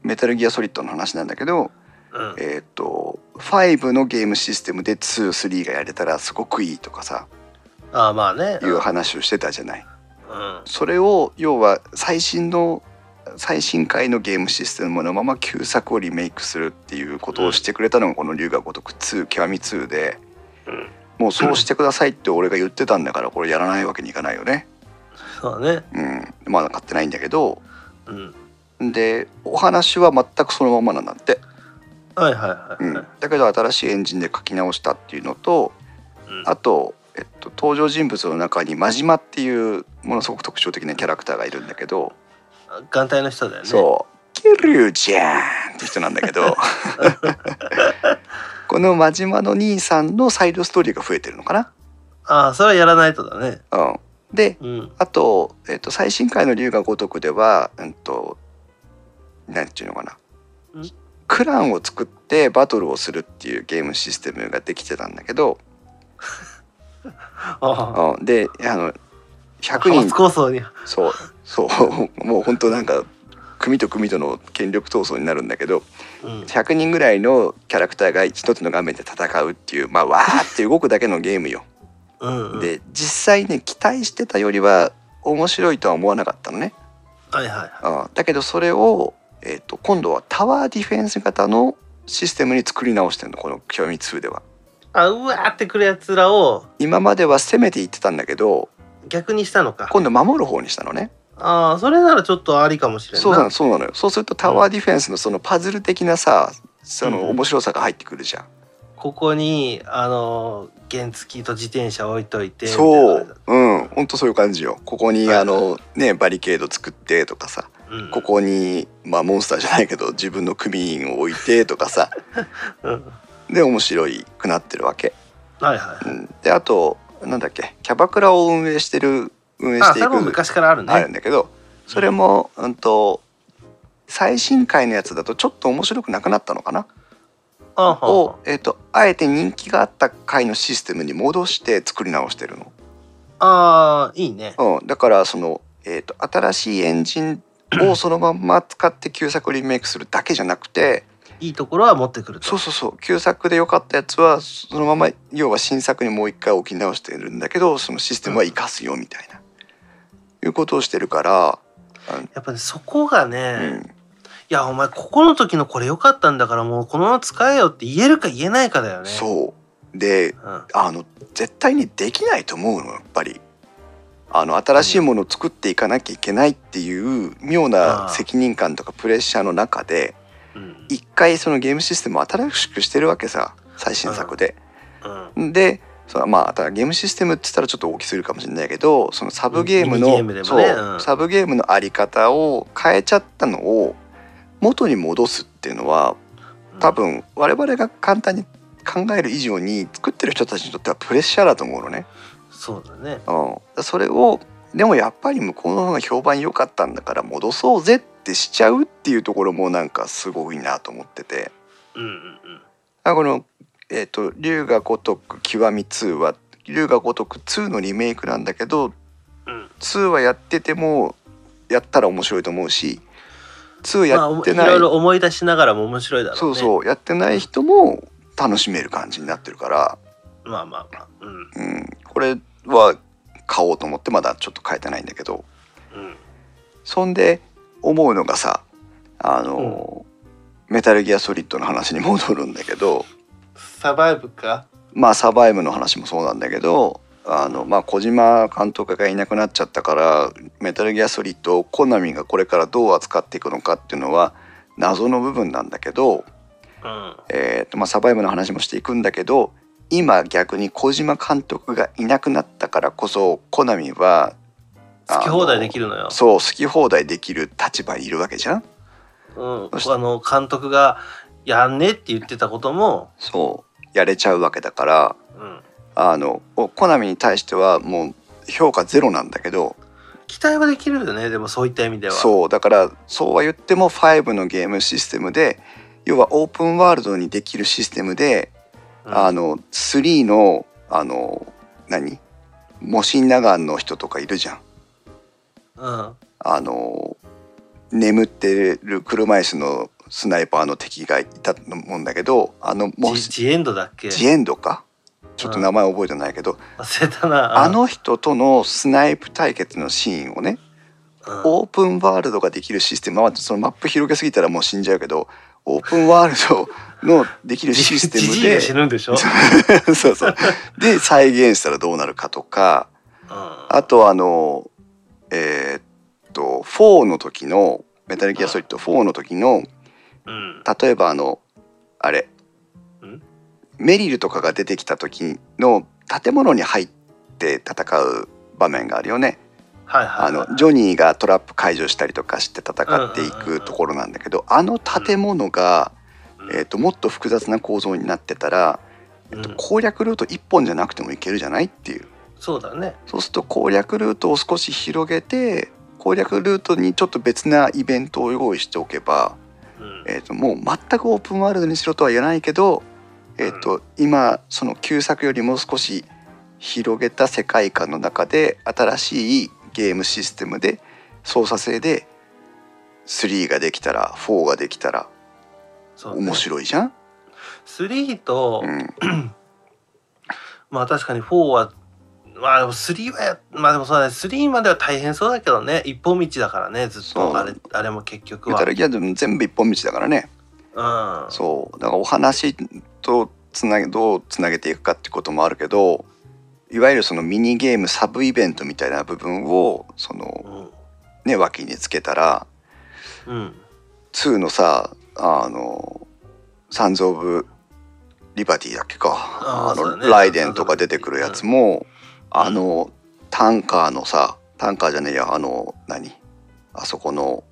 [SPEAKER 1] メタルギアソリッドの話なんだけど、
[SPEAKER 2] うん
[SPEAKER 1] えっと5のゲームシステムで23がやれたらすごくいいとかさ
[SPEAKER 2] ああまあね
[SPEAKER 1] いう話をしてたじゃない。
[SPEAKER 2] うん
[SPEAKER 1] それを要は最新の最新回のゲームシステムのまま旧作をリメイクするっていうことをしてくれたのがこの「龍が如く2極み2で」
[SPEAKER 2] うん
[SPEAKER 1] もうそうしてくださいって俺が言ってたんだからこれやらないわけにいかないよね。
[SPEAKER 2] そうだね
[SPEAKER 1] うん、まだ買ってないんだけど
[SPEAKER 2] うん
[SPEAKER 1] でお話は全くそのままなんだって、
[SPEAKER 2] はいはいは
[SPEAKER 1] う
[SPEAKER 2] い
[SPEAKER 1] ん
[SPEAKER 2] はい、
[SPEAKER 1] だけど新しいエンジンで書き直したっていうのと
[SPEAKER 2] うん
[SPEAKER 1] あと、えっと、登場人物の中に真島っていうものすごく特徴的なキャラクターがいるんだけど、
[SPEAKER 2] 眼帯の人だよね
[SPEAKER 1] そう「キリュウちゃん」って人なんだけ どこの真島の兄さんのサイドストーリーが増えてるのかな。
[SPEAKER 2] ああそれはやらないとだね
[SPEAKER 1] うん、で
[SPEAKER 2] うん
[SPEAKER 1] あと,、えっと最新回の「龍が如く」では、うん、となんていうのかなんクランを作ってバトルをするっていうゲームシステムができてたんだけど、
[SPEAKER 2] ああ
[SPEAKER 1] うん、であの100
[SPEAKER 2] 派
[SPEAKER 1] 人
[SPEAKER 2] 閥構想に
[SPEAKER 1] そうそう もう本当なんか組と組との権力闘争になるんだけど
[SPEAKER 2] うん
[SPEAKER 1] 100人ぐらいのキャラクターが一つの画面で戦うっていうまあわーって動くだけのゲームよ。
[SPEAKER 2] うんうん
[SPEAKER 1] で実際ね期待してたよりは面白いとは思わなかったのね。
[SPEAKER 2] はいはいはい
[SPEAKER 1] あだけどそれを、えっと今度はタワーディフェンス型のシステムに作り直してんのこの極み2では。
[SPEAKER 2] あうわーってくるやつらを
[SPEAKER 1] 今までは攻めていってたんだけど
[SPEAKER 2] 逆にしたのか
[SPEAKER 1] 今度守る方にしたのね。
[SPEAKER 2] ああそれならちょっとありかもしれんない
[SPEAKER 1] そうなのそうなのよ。そうするとタワーディフェンスのそのパズル的なさその面白さが入ってくるじゃん。
[SPEAKER 2] ここにあの原付きと自転車置いといて
[SPEAKER 1] そ
[SPEAKER 2] みたいな
[SPEAKER 1] う、うん、本当そういう感じよ。ここに、
[SPEAKER 2] はい
[SPEAKER 1] あのねバリケード作ってとかさ、
[SPEAKER 2] うん
[SPEAKER 1] ここにまあモンスターじゃないけど自分の組員を置いてとかさ、
[SPEAKER 2] うん
[SPEAKER 1] で面白いくなってるわけ。
[SPEAKER 2] はいはい
[SPEAKER 1] うん、であとなんだっけキャバクラを運営してる運営
[SPEAKER 2] あ
[SPEAKER 1] してい
[SPEAKER 2] それも
[SPEAKER 1] く
[SPEAKER 2] 昔からあるね、
[SPEAKER 1] あるんだけど、それもうんと最新回のやつだとちょっと面白くなくなったのかな。
[SPEAKER 2] あはあ
[SPEAKER 1] をえっ、とあえて人気があった回のシステムに戻して作り直してるの。
[SPEAKER 2] あーいいね
[SPEAKER 1] うん、だからその、えー、と新しいエンジンをそのまんま使って旧作をリメイクするだけじゃなくて
[SPEAKER 2] いいところは持ってくると
[SPEAKER 1] そうそうそう旧作で良かったやつはそのまま要は新作にもう一回置き直してるんだけどそのシステムは生かすよみたいな、いうことをしてるから、
[SPEAKER 2] やっぱねそこが
[SPEAKER 1] う
[SPEAKER 2] ね、い
[SPEAKER 1] ん、
[SPEAKER 2] やお前ここの時のこれ良かったんだからもうこのまま使えよって言えるか言えないかだよねう、
[SPEAKER 1] そうで
[SPEAKER 2] ん、
[SPEAKER 1] あの絶対にできないと思うのやっぱり。あの新しいものを作っていかなきゃいけないっていう妙な責任感とかプレッシャーの中で、
[SPEAKER 2] うん
[SPEAKER 1] 一回そのゲームシステムを新しくしてるわけさ最新作で。
[SPEAKER 2] うん
[SPEAKER 1] でそのまあただゲームシステムって言ったらちょっと大きすぎるかもしれないけどそのサブゲームの
[SPEAKER 2] ミニゲームでもね
[SPEAKER 1] そう
[SPEAKER 2] うん
[SPEAKER 1] サブゲームのあり方を変えちゃったのを元に戻すっていうのは多分我々が簡単に考える以上に作ってる人たちにとってはプレッシャーだと思うのね。
[SPEAKER 2] そうだね
[SPEAKER 1] うん、それをでもやっぱり向こうの方が評判良かったんだから戻そうぜってしちゃうっていうところもなんかすごいなと思ってて。
[SPEAKER 2] うんうんうん
[SPEAKER 1] あこの、えーと「龍が如く極み2」は「龍が如く2」のリメイクなんだけど
[SPEAKER 2] うん
[SPEAKER 1] 2はやってても、やったら面白いと思うし2
[SPEAKER 2] ま
[SPEAKER 1] や
[SPEAKER 2] あおも
[SPEAKER 1] っ
[SPEAKER 2] い
[SPEAKER 1] てない,、
[SPEAKER 2] ろいろ思い出しながらも面白いだろうね
[SPEAKER 1] そうそうやってない人も楽しめる感じになってるから、
[SPEAKER 2] まあまあまあうん
[SPEAKER 1] うん、これは買おうと思ってまだちょっと買えてないんだけど
[SPEAKER 2] うん
[SPEAKER 1] そんで思うのがさあの、メタルギアソリッドの話に戻るんだけど
[SPEAKER 2] サバイブか
[SPEAKER 1] まあサバイブの話もそうなんだけどあのまあ小島監督がいなくなっちゃったからメタルギアソリッドをコナミがこれからどう扱っていくのかっていうのは謎の部分なんだけど、
[SPEAKER 2] うん
[SPEAKER 1] えーとまあ、サバイブの話もしていくんだけど今逆に小島監督がいなくなったからこそコナミは
[SPEAKER 2] 好き放題でき
[SPEAKER 1] る
[SPEAKER 2] るのよ
[SPEAKER 1] そう好き放題できる立場にいるわけじゃん
[SPEAKER 2] うん、
[SPEAKER 1] そして
[SPEAKER 2] あの監督が「やんね」って言ってたことも、
[SPEAKER 1] そうやれちゃうわけだから
[SPEAKER 2] うん、
[SPEAKER 1] あのおコナミに対してはもう評価ゼロなんだけど
[SPEAKER 2] 期待はできるよねでもそういった意味では
[SPEAKER 1] そうだからそうは言っても5のゲームシステムで要はオープンワールドにできるシステムで、
[SPEAKER 2] うん
[SPEAKER 1] あの3のあの何モシンナガンの人とかいるじゃん。
[SPEAKER 2] うん
[SPEAKER 1] あの眠ってる車椅子のスナイパーの敵がいたと思うんだけどあのモ
[SPEAKER 2] ジ
[SPEAKER 1] シ
[SPEAKER 2] ジエンドだっけ
[SPEAKER 1] ジエンドかちょっと名前覚えてないけど、
[SPEAKER 2] 忘れたな
[SPEAKER 1] あ、の人とのスナイプ対決のシーンをね
[SPEAKER 2] うん
[SPEAKER 1] オープンワールドができるシステムはそのマップ広げすぎたらもう死んじゃうけどオープンワールドのできるシステ
[SPEAKER 2] ジ
[SPEAKER 1] ム
[SPEAKER 2] ジイ
[SPEAKER 1] で
[SPEAKER 2] が死ぬんでし ょ、
[SPEAKER 1] そうそうで再現したらどうなるかとか
[SPEAKER 2] うん
[SPEAKER 1] あとあのえーっと4の時の「メタルギアソリッド4」の時の
[SPEAKER 2] うん
[SPEAKER 1] 例えばあのあれ
[SPEAKER 2] ん
[SPEAKER 1] メリルとかが出てきた時の建物に入って戦う場面があるよね。
[SPEAKER 2] はいは
[SPEAKER 1] あ
[SPEAKER 2] い、はい、
[SPEAKER 1] のジョニーがトラップ解除したりとかして戦っていくところなんだけどあの建物が、
[SPEAKER 2] うん
[SPEAKER 1] えー、ともっと複雑な構造になってたら
[SPEAKER 2] うん
[SPEAKER 1] 攻略ルート1本じゃなくてもいけるじゃないっていう
[SPEAKER 2] そうだね
[SPEAKER 1] そうすると攻略ルートを少し広げて攻略ルートにちょっと別なイベントを用意しておけば、
[SPEAKER 2] うん
[SPEAKER 1] えー、ともう全くオープンワールドにしろとは言えないけど、えー、と今その旧作よりも少し広げた世界観の中で新しいゲームシステムで操作性で3ができたら4ができたら
[SPEAKER 2] そうね
[SPEAKER 1] 面白いじゃん、
[SPEAKER 2] 3と、
[SPEAKER 1] うん、
[SPEAKER 2] まあ確かに4はまあでも3はやまあでもそうだね3までは大変そうだけどね一本道だからねずっ
[SPEAKER 1] そう
[SPEAKER 2] とあれあれも結局
[SPEAKER 1] メ
[SPEAKER 2] は
[SPEAKER 1] タルギアでも全部一本道だからね
[SPEAKER 2] うん
[SPEAKER 1] そうだからお話とつなげどうつなげていくかってこともあるけどいわゆるそのミニゲームサブイベントみたいな部分をその
[SPEAKER 2] うん
[SPEAKER 1] ね脇につけたら
[SPEAKER 2] うん
[SPEAKER 1] 2のさあのサンズ・オブ・リバティだっけか
[SPEAKER 2] あー
[SPEAKER 1] あ
[SPEAKER 2] そう
[SPEAKER 1] の、
[SPEAKER 2] だね
[SPEAKER 1] ライデンとか出てくるやつも、
[SPEAKER 2] ん
[SPEAKER 1] あのタンカーのさタンカーじゃねえやあの何あそこの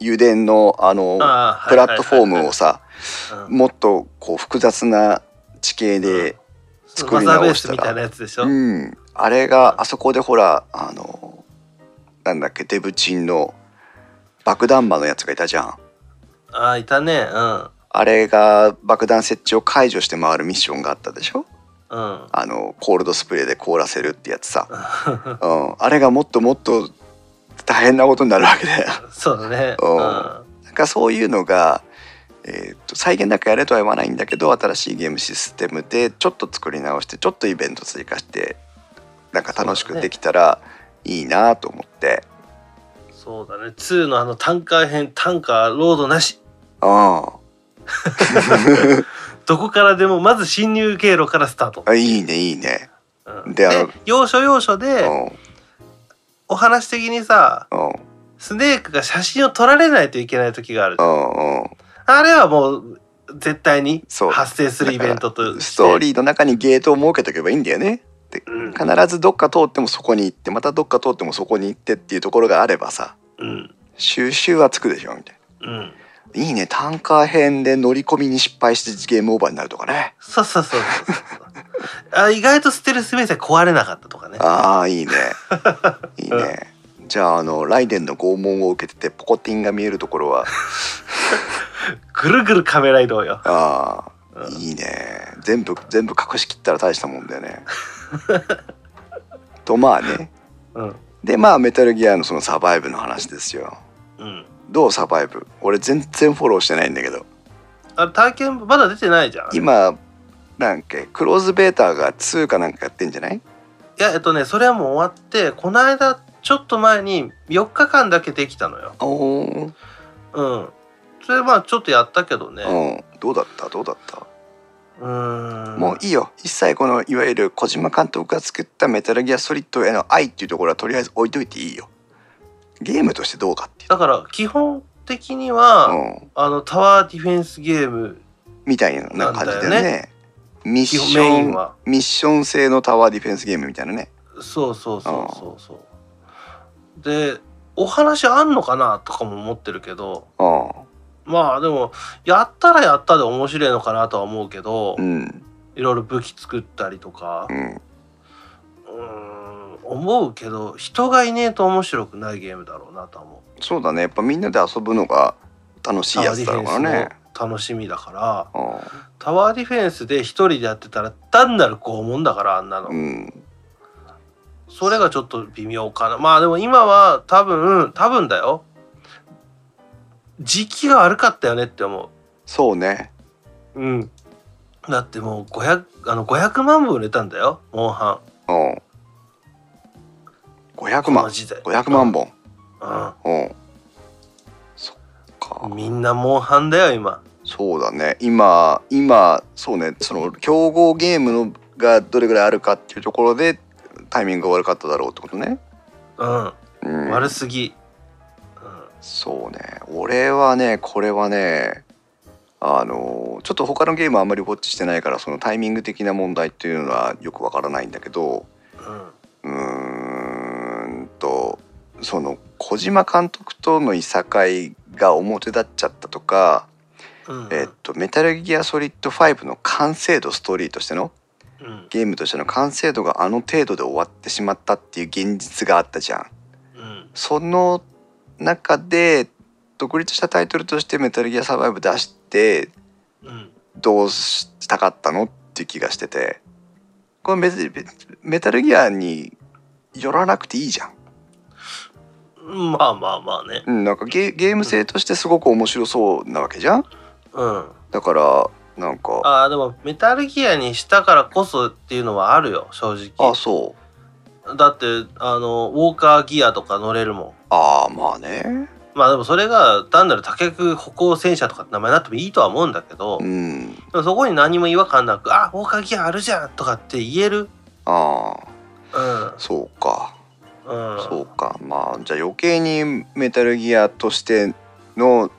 [SPEAKER 1] 油田のあの
[SPEAKER 2] ああ
[SPEAKER 1] プラットフォームを
[SPEAKER 2] はい
[SPEAKER 1] さ
[SPEAKER 2] はいはいはいうん
[SPEAKER 1] もっとこう複雑な地形で、作り
[SPEAKER 2] マザーベー
[SPEAKER 1] 直し
[SPEAKER 2] ス
[SPEAKER 1] たら
[SPEAKER 2] みたいなやつでしょ、
[SPEAKER 1] うんあれがあそこでほらあのなんだっけデブチンの爆弾魔のやつがいたじゃん。
[SPEAKER 2] ああいたねうん
[SPEAKER 1] あれが爆弾設置を解除して回るミッションがあったでしょ
[SPEAKER 2] うん
[SPEAKER 1] あのコールドスプレーで凍らせるってやつさ、うん、あれがもっともっと大変なことになるわけで
[SPEAKER 2] そうだね
[SPEAKER 1] うん
[SPEAKER 2] う
[SPEAKER 1] なんかそういうのが、えー、と再現なんかやれとは言わないんだけど新しいゲームシステムでちょっと作り直してちょっとイベント追加してなんか楽しくできたらいいなと思って
[SPEAKER 2] んそうだね2のあのタンカー編タンカーロードなし
[SPEAKER 1] う,、
[SPEAKER 2] どこからでもまず侵入経路からスタート、
[SPEAKER 1] ん、いいねいいね
[SPEAKER 2] うん
[SPEAKER 1] で
[SPEAKER 2] で
[SPEAKER 1] あの
[SPEAKER 2] 要所要所
[SPEAKER 1] う
[SPEAKER 2] で
[SPEAKER 1] ん
[SPEAKER 2] お話的にさ
[SPEAKER 1] うん
[SPEAKER 2] スネークが写真を撮られないといけない時がある
[SPEAKER 1] うんうん
[SPEAKER 2] あれはもう絶対に
[SPEAKER 1] そう
[SPEAKER 2] 発生するイベントと
[SPEAKER 1] ストー
[SPEAKER 2] ー
[SPEAKER 1] リーの中にゲートを設けとけばいいんだよねで
[SPEAKER 2] うん
[SPEAKER 1] 必ずどっか通ってもそこに行ってまたどっか通ってもそこに行ってっていうところがあればさ
[SPEAKER 2] うん
[SPEAKER 1] 収集はつくでしょみたい
[SPEAKER 2] うん
[SPEAKER 1] な。いいねタンカー編で乗り込みに失敗してゲームオーバーになるとかね
[SPEAKER 2] そうそう そうそうそうあ意外とステルスメー壊れなかったとかね
[SPEAKER 1] あーいいねいいねじゃああのライデンの拷問を受けててポコティンが見えるところは
[SPEAKER 2] ぐるぐるカメラ移動よ、
[SPEAKER 1] あ
[SPEAKER 2] うん
[SPEAKER 1] ーいいね全部全部隠しきったら大したもんだよねとまあね
[SPEAKER 2] うん
[SPEAKER 1] でまあメタルギアのそのサバイブの話ですよ
[SPEAKER 2] うん。
[SPEAKER 1] どうサバイブ俺全然フォローしてないんだけど
[SPEAKER 2] あれ体験まだ出てないじゃん。い
[SPEAKER 1] 今なんかクローズベータが2かなんかやってんじゃない
[SPEAKER 2] や、えっとね、それはもう終わって、この間、ちょっと前に4日間だけできたのよ。
[SPEAKER 1] おー
[SPEAKER 2] うん。それまあちょっとやったけどね。
[SPEAKER 1] うんどうだったどうだった、
[SPEAKER 2] うーん。
[SPEAKER 1] もういいよ一切このいわゆる小島監督が作ったメタルギアソリッドへの愛っていうところはとりあえず置いといていいよゲームとしてどうかっていう
[SPEAKER 2] だから、基本的には、
[SPEAKER 1] うん、
[SPEAKER 2] あの、タワーディフェンスゲーム、
[SPEAKER 1] みたいな感じだよね
[SPEAKER 2] なんだ
[SPEAKER 1] ミッ
[SPEAKER 2] 基
[SPEAKER 1] シ
[SPEAKER 2] 本メイ
[SPEAKER 1] ョ
[SPEAKER 2] ン
[SPEAKER 1] ン
[SPEAKER 2] は。
[SPEAKER 1] ミッション性のタワーディフェンスゲームみたいなね
[SPEAKER 2] そうそうそうそうそう。で、お話あんのかなとかも思ってるけど、
[SPEAKER 1] うん
[SPEAKER 2] まあでも、やったらやったで面白いのかなとは思うけど、
[SPEAKER 1] うん
[SPEAKER 2] いろいろ武器作ったりとか
[SPEAKER 1] う、ん
[SPEAKER 2] うーん、思うけど、人がいねえと面白くないゲームだろうなとは思う。
[SPEAKER 1] そうだねやっぱみんなで遊ぶのが楽しいやつだろうからね
[SPEAKER 2] タワーディフェンスも楽しみだから、
[SPEAKER 1] う
[SPEAKER 2] タワーディフェンスで一人でやってたら単なる拷問だからあんなの、
[SPEAKER 1] んうん
[SPEAKER 2] それがちょっと微妙かなまあでも今は多分多分だよ時期が悪かったよねって思
[SPEAKER 1] そうね
[SPEAKER 2] ううんだってもう500あの500万部売れたんだよモンハ
[SPEAKER 1] うん500
[SPEAKER 2] ンこの
[SPEAKER 1] 万
[SPEAKER 2] 時代
[SPEAKER 1] 500万本
[SPEAKER 2] う
[SPEAKER 1] うんそっか
[SPEAKER 2] ん、みんなモンハンだよ今
[SPEAKER 1] そうだね今今そうねその競合ゲームのがどれぐらいあるかっていうところでタイミングが悪かっただろうってことね
[SPEAKER 2] うん、
[SPEAKER 1] うん
[SPEAKER 2] 悪すぎ、
[SPEAKER 1] そうね俺はねこれはねあのちょっと他のゲームはあんまりウォッチしてないからそのタイミング的な問題っていうのはよくわからないんだけど
[SPEAKER 2] うんう
[SPEAKER 1] う
[SPEAKER 2] ん、
[SPEAKER 1] ーんとその小島監督とのいさかいが表立っちゃったとか、
[SPEAKER 2] うん
[SPEAKER 1] えっと、メタルギアソリッド5の完成度ストーリーとしての
[SPEAKER 2] うん
[SPEAKER 1] ゲームとしての完成度があの程度で終わってしまったっていう現実があったじゃん。
[SPEAKER 2] うん
[SPEAKER 1] その中で独立したタイトルとして「メタルギアサバイブ」出して
[SPEAKER 2] うん
[SPEAKER 1] どうしたかったのっていう気がしててこれ別に別メタルギアに寄らなくていいじゃん。
[SPEAKER 2] うんまあまあまあね
[SPEAKER 1] うん、なんかゲゲーム性としてすごく面白そうなわけじゃん
[SPEAKER 2] うん
[SPEAKER 1] だからなんか
[SPEAKER 2] ああでもメタルギアにしたからこそっていうのはあるよ正
[SPEAKER 1] あ
[SPEAKER 2] 直
[SPEAKER 1] そう
[SPEAKER 2] だってあのウォーカーギアとか乗れるもん
[SPEAKER 1] ああまあね
[SPEAKER 2] まあでもそれが単なる多脚歩行戦車とかって名前になってもいいとは思うんだけど、
[SPEAKER 1] う
[SPEAKER 2] で
[SPEAKER 1] ん
[SPEAKER 2] もそこに何も違和感なく「あウォーカーギアあるじゃん」とかって言える
[SPEAKER 1] ああ
[SPEAKER 2] うん
[SPEAKER 1] そうか
[SPEAKER 2] うん
[SPEAKER 1] そうかまあじゃあ余計にメタルギアとしての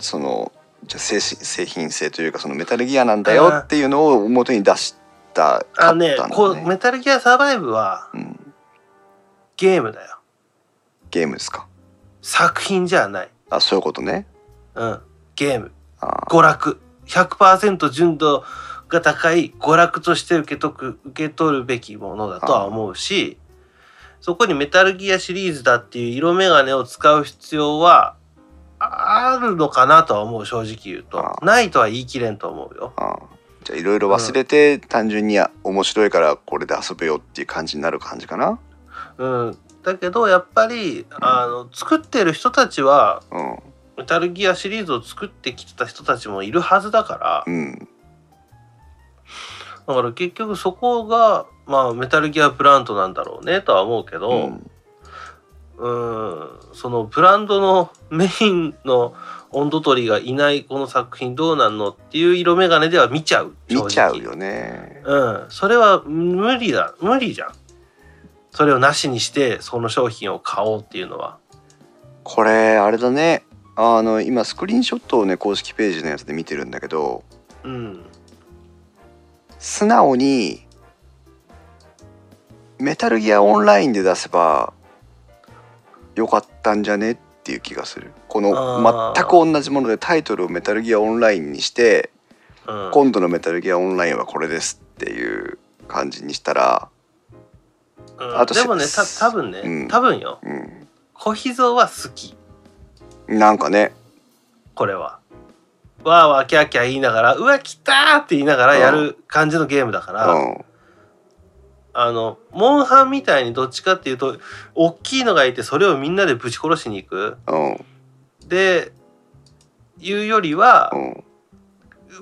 [SPEAKER 1] そのじゃあ製品製品性というかそのメタルギアなんだよっていうのを表に出したか
[SPEAKER 2] あ
[SPEAKER 1] ったん
[SPEAKER 2] のね
[SPEAKER 1] だね
[SPEAKER 2] こうメタルギアサバイブは
[SPEAKER 1] うん、
[SPEAKER 2] ゲームだよ
[SPEAKER 1] ゲームですか
[SPEAKER 2] 作品じゃない
[SPEAKER 1] あそういうことね
[SPEAKER 2] うんゲーム
[SPEAKER 1] あ
[SPEAKER 2] 娯楽100%純度が高い娯楽として受けとく受け取るべきものだとは思うしそこにメタルギアシリーズだっていう色眼鏡を使う必要はああるのかなとは思う正直言うと
[SPEAKER 1] あ
[SPEAKER 2] ないとは言い切れんと思うよ
[SPEAKER 1] ああじゃあいろいろ忘れて、単純にあ面白いからこれで遊べよっていう感じになる感じかな
[SPEAKER 2] うんだけどやっぱりあの作ってる人たちは
[SPEAKER 1] うん
[SPEAKER 2] メタルギアシリーズを作ってきてた人たちもいるはずだから
[SPEAKER 1] うん
[SPEAKER 2] だから結局そこがまあメタルギアブランドなんだろうねとは思うけど、
[SPEAKER 1] うん
[SPEAKER 2] うんそのブランドのメインの温度取りがいないこの作品どうなんのっていう色眼鏡では見ちゃう正直
[SPEAKER 1] 見ちゃうよね
[SPEAKER 2] うんそれは無理だ無理じゃんそれをなしにしてその商品を買おうっていうのは
[SPEAKER 1] これあれだねあの今スクリーンショットをね公式ページのやつで見てるんだけど
[SPEAKER 2] うん
[SPEAKER 1] 素直にメタルギアオンラインで出せばよかったんじゃねっていう気がするこの
[SPEAKER 2] あー
[SPEAKER 1] 全く同じものでタイトルをメタルギアオンラインにして
[SPEAKER 2] うん
[SPEAKER 1] 今度のメタルギアオンラインはこれですっていう感じにしたら
[SPEAKER 2] うん
[SPEAKER 1] あと
[SPEAKER 2] でもね
[SPEAKER 1] せ
[SPEAKER 2] た多分ね、
[SPEAKER 1] うん
[SPEAKER 2] 多分よ
[SPEAKER 1] うん
[SPEAKER 2] 小秘蔵は好き
[SPEAKER 1] なんかね
[SPEAKER 2] これは。わーわーキャーキャー言いながら「うわ来た!」って言いながらやる感じのゲームだか
[SPEAKER 1] う
[SPEAKER 2] ら、
[SPEAKER 1] ん
[SPEAKER 2] あのモンハンみたいにどっちかっていうと大きいのがいてそれをみんなでぶち殺しに行く
[SPEAKER 1] うん
[SPEAKER 2] でいうよりは
[SPEAKER 1] うん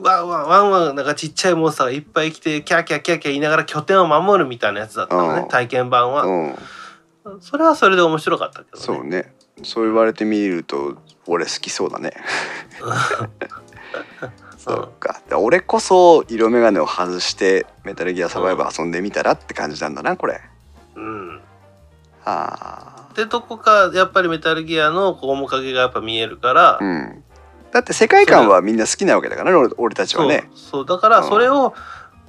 [SPEAKER 2] わんわんわんわんなんかちっちゃいモンスターがいっぱい来てキャーキャーキャーキャー言いながら拠点を守るみたいなやつだったの
[SPEAKER 1] うん
[SPEAKER 2] ね体験版は
[SPEAKER 1] うん
[SPEAKER 2] それはそれで面白かったけどね
[SPEAKER 1] そうねそう言われてみると俺好きそう だねそうかで俺こそ色眼鏡を外してメタルギアサバイバー遊んでみたらって感じなんだなこれ
[SPEAKER 2] うん
[SPEAKER 1] あ
[SPEAKER 2] でどこかやっぱりメタルギアのこう面影がやっぱ見えるか
[SPEAKER 1] あ
[SPEAKER 2] ら、
[SPEAKER 1] うんだって世界観はみんな好きなわけだからね俺俺たちは
[SPEAKER 2] そう
[SPEAKER 1] ね
[SPEAKER 2] そうだからそれを、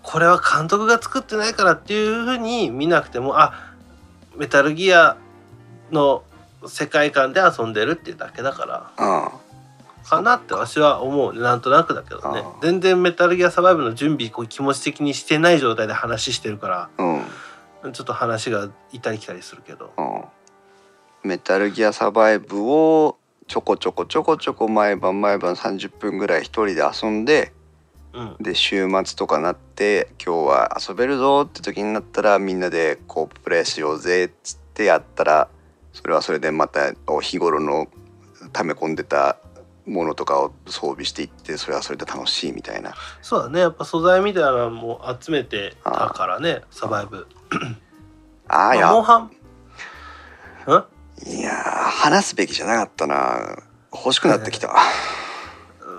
[SPEAKER 2] これは監督が作ってないからっていうふうに見なくてもあメタルギアの世界観で遊んでるっていうだけだから
[SPEAKER 1] うん
[SPEAKER 2] かなって私は思うねなんとなくだけどね
[SPEAKER 1] あー
[SPEAKER 2] 全然メタルギアサバイブの準備こう気持ち的にしてない状態で話してるか
[SPEAKER 1] うん、うん、
[SPEAKER 2] らちょっと話がいたり来たりするけど
[SPEAKER 1] メタルギアサバイブをちょこちょこちょこちょこ毎晩毎晩30分ぐらい一人で遊んで
[SPEAKER 2] うん
[SPEAKER 1] で週末とかなって今日は遊べるぞって時になったらみんなでコーププレイしようぜっつってやったらそれはそれでまたお日頃の溜め込んでたものとかを装備していってそれはそれで楽しいみたいな
[SPEAKER 2] そうだねやっぱ素材みたいなのも集めてたからねサバイブ
[SPEAKER 1] あー
[SPEAKER 2] まあモン
[SPEAKER 1] や
[SPEAKER 2] ハンん
[SPEAKER 1] いやー話すべきじゃなかったな欲しくなってきた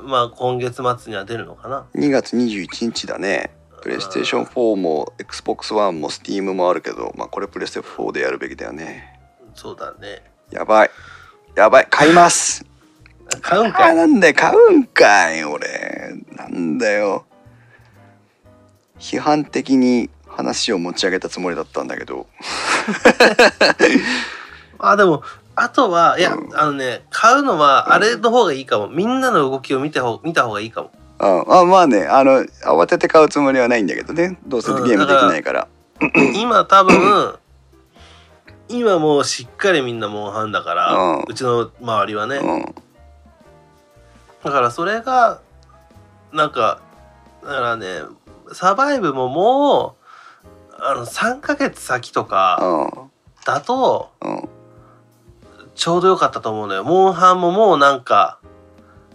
[SPEAKER 2] まあ今月末には出るのかな。
[SPEAKER 1] 2月21日だねプレイステーション4も XBOX1 も Steam もあるけど、まあ、これプレステ4でやるべきだよね
[SPEAKER 2] そうだね。
[SPEAKER 1] やばいやばい買います
[SPEAKER 2] 買うん
[SPEAKER 1] あ
[SPEAKER 2] かい。
[SPEAKER 1] なんだよ買うんかい俺なんだよ批判的に話を持ち上げたつもりだったんだけど
[SPEAKER 2] あでもあとはいや、
[SPEAKER 1] うん
[SPEAKER 2] あのね買うの
[SPEAKER 1] うん
[SPEAKER 2] はあれの方がいいかも。みんなの動きを見てほ見た方がい いかも。
[SPEAKER 1] ああまあねあの慌てて買うつもりはないんだけどねどうせゲームできないから
[SPEAKER 2] 今多分今もうしっかりみんなモンハンだから、
[SPEAKER 1] う
[SPEAKER 2] うんちの周りはね。
[SPEAKER 1] うん
[SPEAKER 2] だからそれがなんかだからねサバイブももうあの3ヶ月先とか
[SPEAKER 1] う
[SPEAKER 2] だと。
[SPEAKER 1] んうん
[SPEAKER 2] ちょうど良かったと思うのよ。モンハンももうなんか、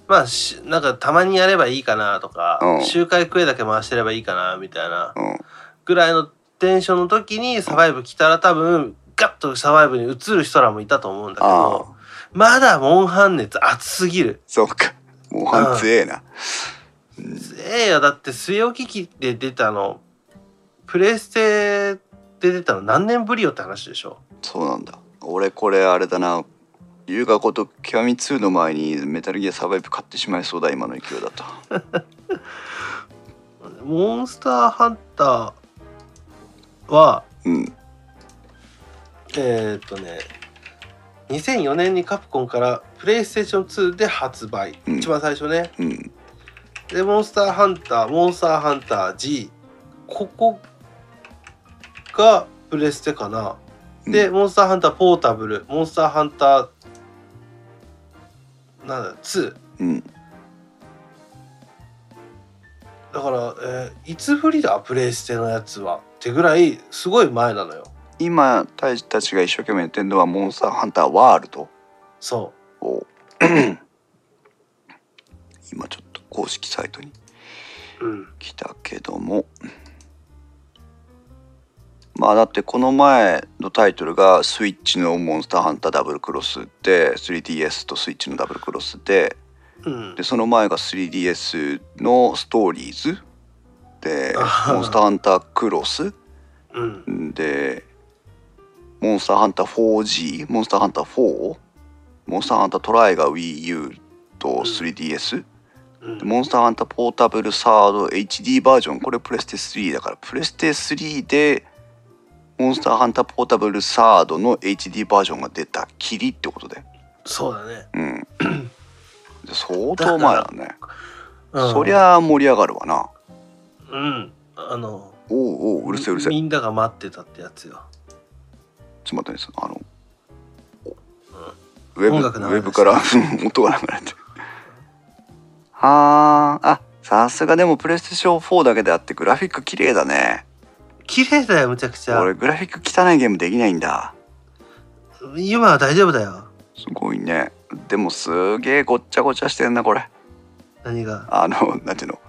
[SPEAKER 2] まあ、しなんかたまにやればいいかなとか、
[SPEAKER 1] うん
[SPEAKER 2] 周回クエだけ回してればいいかなみたいな
[SPEAKER 1] うん
[SPEAKER 2] ぐらいのテンションの時にサバイブ来たら多分、ガッとサバイブに移る人らもいたと思うんだけ
[SPEAKER 1] あ
[SPEAKER 2] ど、
[SPEAKER 1] あ
[SPEAKER 2] まだモンハン熱熱すぎる。
[SPEAKER 1] そうかもう半強えな
[SPEAKER 2] ええよ、だって末置き機で出たの、プレステで出たの何年ぶりよって話でしょ。
[SPEAKER 1] そうなんだ俺これあれだな龍が如く極み2の前にメタルギアサバイブ買ってしまいそうだ今の勢いだと
[SPEAKER 2] モンスターハンターは、
[SPEAKER 1] うん
[SPEAKER 2] えーっとね2004年にカプコンからプレイステーション2で発売、
[SPEAKER 1] うん
[SPEAKER 2] 一番最初ね
[SPEAKER 1] うん
[SPEAKER 2] でモンスターハンターモンスターハンター G ここがプレステかな、
[SPEAKER 1] うん
[SPEAKER 2] でモンスターハンターポータブルモンスターハンターなんだ2
[SPEAKER 1] うん
[SPEAKER 2] だから、えーいつぶりだプレイステのやつはってぐらいすごい前なのよ
[SPEAKER 1] 今たちたちが一生懸命やってるのはモンスターハンターワールド
[SPEAKER 2] そ
[SPEAKER 1] を 今ちょっと公式サイトに
[SPEAKER 2] ううん
[SPEAKER 1] 来たけどもまあだってこの前のタイトルがスイッチのモンスターハンターダブルクロスで 3DS とスイッチのダブルクロスで
[SPEAKER 2] うん
[SPEAKER 1] でその前が 3DS のストーリーズでモンスターハンタークロス
[SPEAKER 2] うん
[SPEAKER 1] で、モンスターハンター 4G、モンスターハンター4、モンスターハンタートライが Wii U と 3DS、
[SPEAKER 2] うん
[SPEAKER 1] モンスターハンターポータブルサード HD バージョン、これプレステ3だから、プレステ3で、モンスターハンターポータブルサードの HD バージョンが出たきりってことで。
[SPEAKER 2] そうだね、
[SPEAKER 1] うん。で相当前だね。
[SPEAKER 2] うん
[SPEAKER 1] そりゃ盛り上がるわな。
[SPEAKER 2] うんあの
[SPEAKER 1] おうおう、うるせえうるせえ。
[SPEAKER 2] みみんなが待ってたってやつよ
[SPEAKER 1] ちょっと待ってねそのあの、ウェブ
[SPEAKER 2] 音楽流れ
[SPEAKER 1] ウェブから 音が流れてはああさすがでもプレイステーション4だけであってグラフィック綺麗だね
[SPEAKER 2] 綺麗だよ、むちゃくちゃ。
[SPEAKER 1] 俺グラフィック汚いゲームできないんだ
[SPEAKER 2] 今は大丈夫だよ。
[SPEAKER 1] すごいねでもすげえごっちゃごちゃしてんなこれ
[SPEAKER 2] 何が。
[SPEAKER 1] あのなんていうの